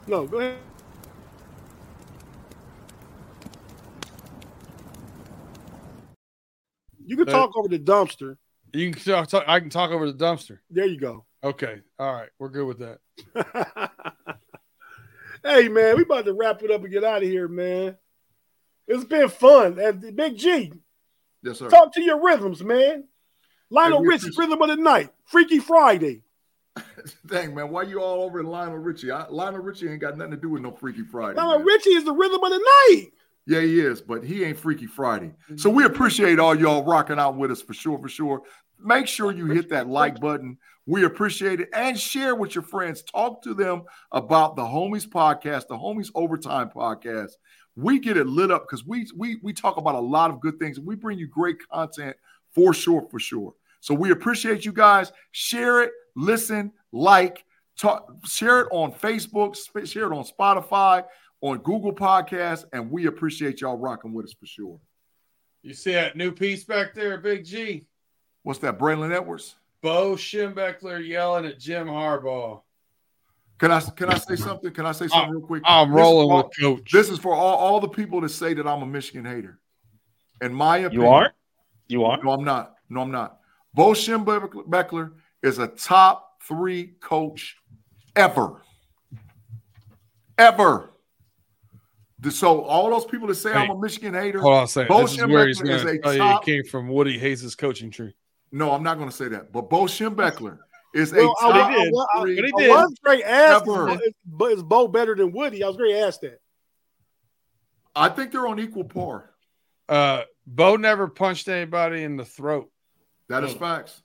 [SPEAKER 3] No, go ahead. You can
[SPEAKER 1] Uh,
[SPEAKER 3] talk over the dumpster.
[SPEAKER 1] You can talk, talk- I can talk over the dumpster.
[SPEAKER 3] There you go.
[SPEAKER 1] Okay, all right, we're good with that.
[SPEAKER 3] hey man, we about to wrap it up and get out of here, man. It's been fun. Uh, Big G,
[SPEAKER 2] Yes, sir.
[SPEAKER 3] talk to your rhythms, man. Lionel
[SPEAKER 2] Hey, we
[SPEAKER 3] Richie,
[SPEAKER 2] appreciate-
[SPEAKER 3] rhythm of the night, Freaky Friday.
[SPEAKER 2] Dang man, why you all over Lionel Richie? I, Lionel Richie ain't got nothing to do with no Freaky Friday.
[SPEAKER 3] Lionel
[SPEAKER 2] man.
[SPEAKER 3] Richie is the rhythm of the night.
[SPEAKER 2] Yeah, he is, but he ain't Freaky Friday. So we appreciate all y'all rocking out with us for sure, for sure. Make sure you hit that like button. We appreciate it and share with your friends. Talk to them about the Homies podcast, the Homies Overtime podcast. We get it lit up because we we we talk about a lot of good things and we bring you great content for sure, for sure. So we appreciate you guys. Share it, listen, like, talk, share it on Facebook, sp- share it on Spotify, on Google Podcasts, and we appreciate y'all rocking with us for sure.
[SPEAKER 1] You see that new piece back there, Big G?
[SPEAKER 2] What's that, Braylon Edwards?
[SPEAKER 1] Bo Schembeckler yelling at Jim Harbaugh.
[SPEAKER 2] Can I can I say something? Can I say something real quick?
[SPEAKER 1] I'm
[SPEAKER 2] This is
[SPEAKER 1] rolling
[SPEAKER 2] for-
[SPEAKER 1] with Coach.
[SPEAKER 2] This is for all, all the people that say that I'm a Michigan hater. In my opinion,
[SPEAKER 4] You aren't. You aren't.
[SPEAKER 2] No, I'm not. No, I'm not. Bo Schembechler is a top three coach ever. Ever. The- So all those people that say I'm a Michigan hater,
[SPEAKER 1] Hold on a second.
[SPEAKER 2] Bo
[SPEAKER 1] this is where he's
[SPEAKER 2] Schembechler is
[SPEAKER 1] going to
[SPEAKER 2] a
[SPEAKER 1] tell you
[SPEAKER 2] top-
[SPEAKER 1] he came from Woody Hayes' coaching tree.
[SPEAKER 2] no, I'm not going to say that. But Bo Schembechler It's
[SPEAKER 3] Well,
[SPEAKER 2] a
[SPEAKER 3] I,
[SPEAKER 2] top
[SPEAKER 3] I- I- I-
[SPEAKER 1] But he
[SPEAKER 3] I
[SPEAKER 1] did.
[SPEAKER 3] was great asked,
[SPEAKER 2] Ever.
[SPEAKER 3] is- but is Bo better than Woody? I was great asked that.
[SPEAKER 2] I think they're on equal par.
[SPEAKER 1] Uh, Bo never punched anybody in the throat.
[SPEAKER 2] That is
[SPEAKER 4] Mm.
[SPEAKER 2] facts.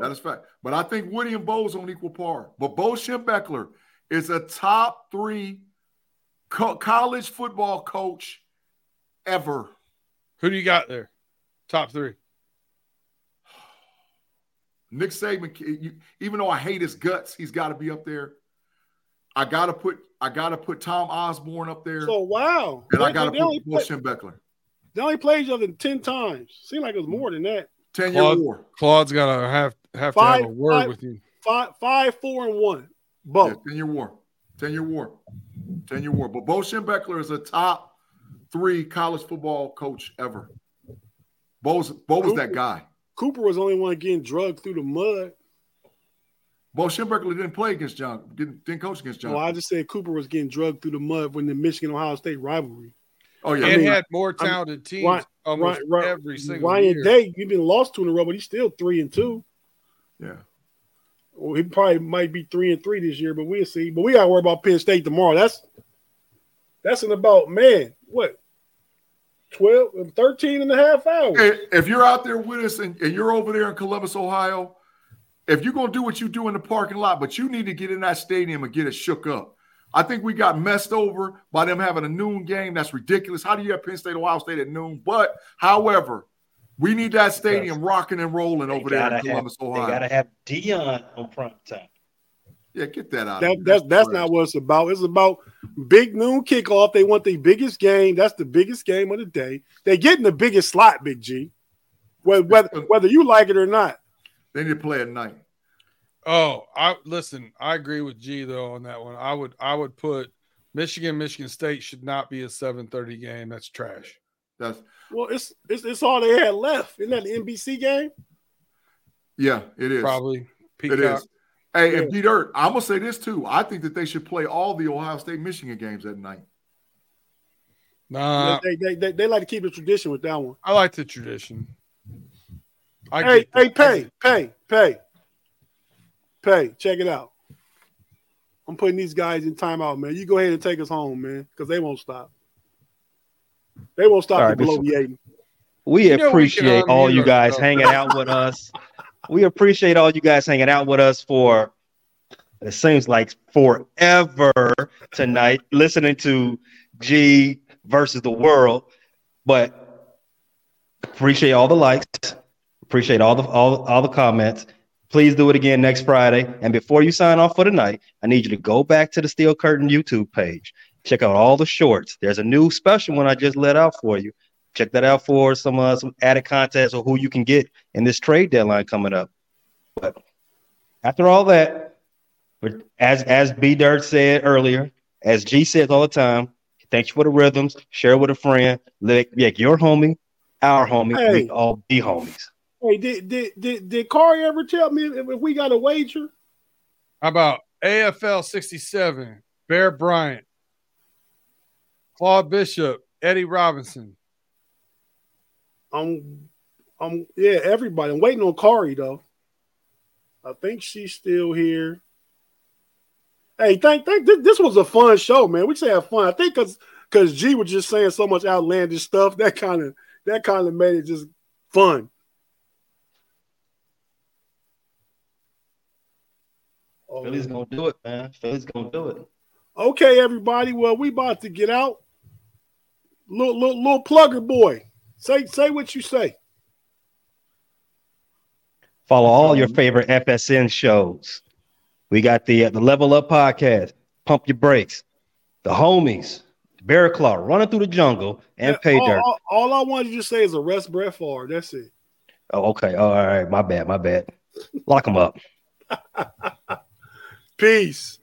[SPEAKER 2] That is fact. But I think Woody and Bo's on equal par. But Bo Schembechler is a top three co- college football coach ever.
[SPEAKER 1] Who do you got there? Top three.
[SPEAKER 2] Nick Saban, you, even though I hate his guts, he's got to be up there. I gotta put I gotta put Tom Osborne up there,
[SPEAKER 3] So wow.
[SPEAKER 2] and I
[SPEAKER 3] They-
[SPEAKER 2] gotta
[SPEAKER 3] they, only
[SPEAKER 2] put Bo
[SPEAKER 3] play,
[SPEAKER 2] Schembechler.
[SPEAKER 3] they only played each other ten times. Seemed like it was more than that.
[SPEAKER 2] Ten year
[SPEAKER 1] Claude-
[SPEAKER 2] war.
[SPEAKER 1] Claude's got to have have to
[SPEAKER 3] Five-
[SPEAKER 1] have a word
[SPEAKER 3] five-
[SPEAKER 1] with you.
[SPEAKER 3] Five, five, four, and one. Bo.
[SPEAKER 2] Yeah, 10 year war. 10 year war. 10 year war. But Bo Schembechler is a top three college football coach ever. Bo's, Bo was that guy.
[SPEAKER 3] Cooper was the only one getting drugged through the mud.
[SPEAKER 2] Bo Schembechler didn't play against John, didn't, didn't coach against John.
[SPEAKER 3] Well, Oh, I just said Cooper was getting drugged through the mud when the Michigan Ohio State rivalry.
[SPEAKER 2] oh, yeah.
[SPEAKER 1] And
[SPEAKER 3] mean,
[SPEAKER 1] had more talented teams
[SPEAKER 3] Ryan-
[SPEAKER 1] almost
[SPEAKER 3] Ryan-
[SPEAKER 1] every single
[SPEAKER 3] Ryan
[SPEAKER 1] year.
[SPEAKER 3] Day, you've been lost two in a row, but he's still three and two.
[SPEAKER 2] yeah.
[SPEAKER 3] Well, he probably might be three and three this year, but we'll see. But we gotta worry about Penn State tomorrow. That's that's in about man, what 12 13 and a half hours.
[SPEAKER 2] Hey, If you're out there with us and, and you're over there in Columbus, Ohio, if you're going to do what you do in the parking lot, but you need to get in that stadium and get it shook up. I think we got messed over by them having a noon game. That's ridiculous. How do you have Penn State, Ohio State at noon? But, however, we need that stadium rocking and rolling
[SPEAKER 4] They
[SPEAKER 2] over there in
[SPEAKER 4] gotta have-
[SPEAKER 2] Columbus,
[SPEAKER 4] They
[SPEAKER 2] Ohio.
[SPEAKER 4] gotta have Dion on prime time.
[SPEAKER 2] yeah, get that out. of
[SPEAKER 3] That,
[SPEAKER 2] here.
[SPEAKER 3] that's that's
[SPEAKER 2] trash.
[SPEAKER 3] not what it's about. It's about big noon kickoff. They want the biggest game. That's the biggest game of the day. They getting the biggest slot, Big G. Whether whether, whether you like it or not.
[SPEAKER 2] They need to play at night.
[SPEAKER 1] Oh, I listen. I agree with G though on that one. I would I would put Michigan Michigan State should not be a 7:30 game. That's trash.
[SPEAKER 2] That's
[SPEAKER 3] Well, it's it's, it's all they had left. Isn't that the NBC game?
[SPEAKER 2] yeah, it is.
[SPEAKER 1] Probably Peacock.
[SPEAKER 2] It is. Hey, and Pete Dirt, I'm gonna say this too. I think that they should play all the Ohio State Michigan games at night.
[SPEAKER 1] Nah,
[SPEAKER 3] they, they, they, they like to keep the tradition with that one.
[SPEAKER 1] I like the tradition. I
[SPEAKER 3] hey,
[SPEAKER 1] get that.
[SPEAKER 3] hey, pay, pay, pay, pay. Check it out. I'm putting these guys in timeout, man. You go ahead and take us home, man, because they won't stop. They won't stop
[SPEAKER 4] All
[SPEAKER 3] the
[SPEAKER 4] right, this-
[SPEAKER 3] bloviating.
[SPEAKER 4] We
[SPEAKER 1] You know we
[SPEAKER 4] appreciate
[SPEAKER 1] can
[SPEAKER 4] all you
[SPEAKER 1] unmute
[SPEAKER 4] guys
[SPEAKER 1] ourselves.
[SPEAKER 4] hanging out with us. We appreciate all you guys hanging out with us for it seems like forever tonight, listening to G versus the world. But appreciate all the likes, appreciate all the all, all the comments. Please do it again next Friday. And before you sign off for tonight, I need you to go back to the Steel Curtain YouTube page. Check out all the shorts. There's a new special one I just let out for you check that out for some uh, some added contests or who you can get in this trade deadline coming up. But after all that, but as as B Dirt said earlier, as G says all the time, thanks for the rhythms. Share with a friend. Like, like your homie, our homie. We
[SPEAKER 3] Hey.
[SPEAKER 4] can all be homies.
[SPEAKER 3] Hey, did did did, did Corey ever tell me if, if we got a wager?
[SPEAKER 1] How about AFL 67, Bear Bryant, Claude Bishop, Eddie Robinson.
[SPEAKER 3] I'm I'm yeah, everybody. I'm waiting on Corey though. I think she's still here. Hey, thank thank this, this was a fun show, man. We just had fun. I think cause cause G was just saying so much outlandish stuff that kind of that kind of made it just fun. Oh,
[SPEAKER 4] Philly's gonna do it, man. Philly's gonna do it.
[SPEAKER 3] Okay, everybody. Well, we about to get out. Little little, little plugger boy, say say what you say.
[SPEAKER 4] Follow all your favorite FSN shows. We got the uh, the Level Up podcast, Pump Your Brakes, the Homies, Bear Claw, Running Through the Jungle, and
[SPEAKER 3] Yeah,
[SPEAKER 4] Pay
[SPEAKER 3] all,
[SPEAKER 4] Dirt.
[SPEAKER 3] all- all I wanted you to say is arrest Brett Favre. That's it.
[SPEAKER 4] Oh, okay. all right. My bad. My bad. Lock them up.
[SPEAKER 3] Peace.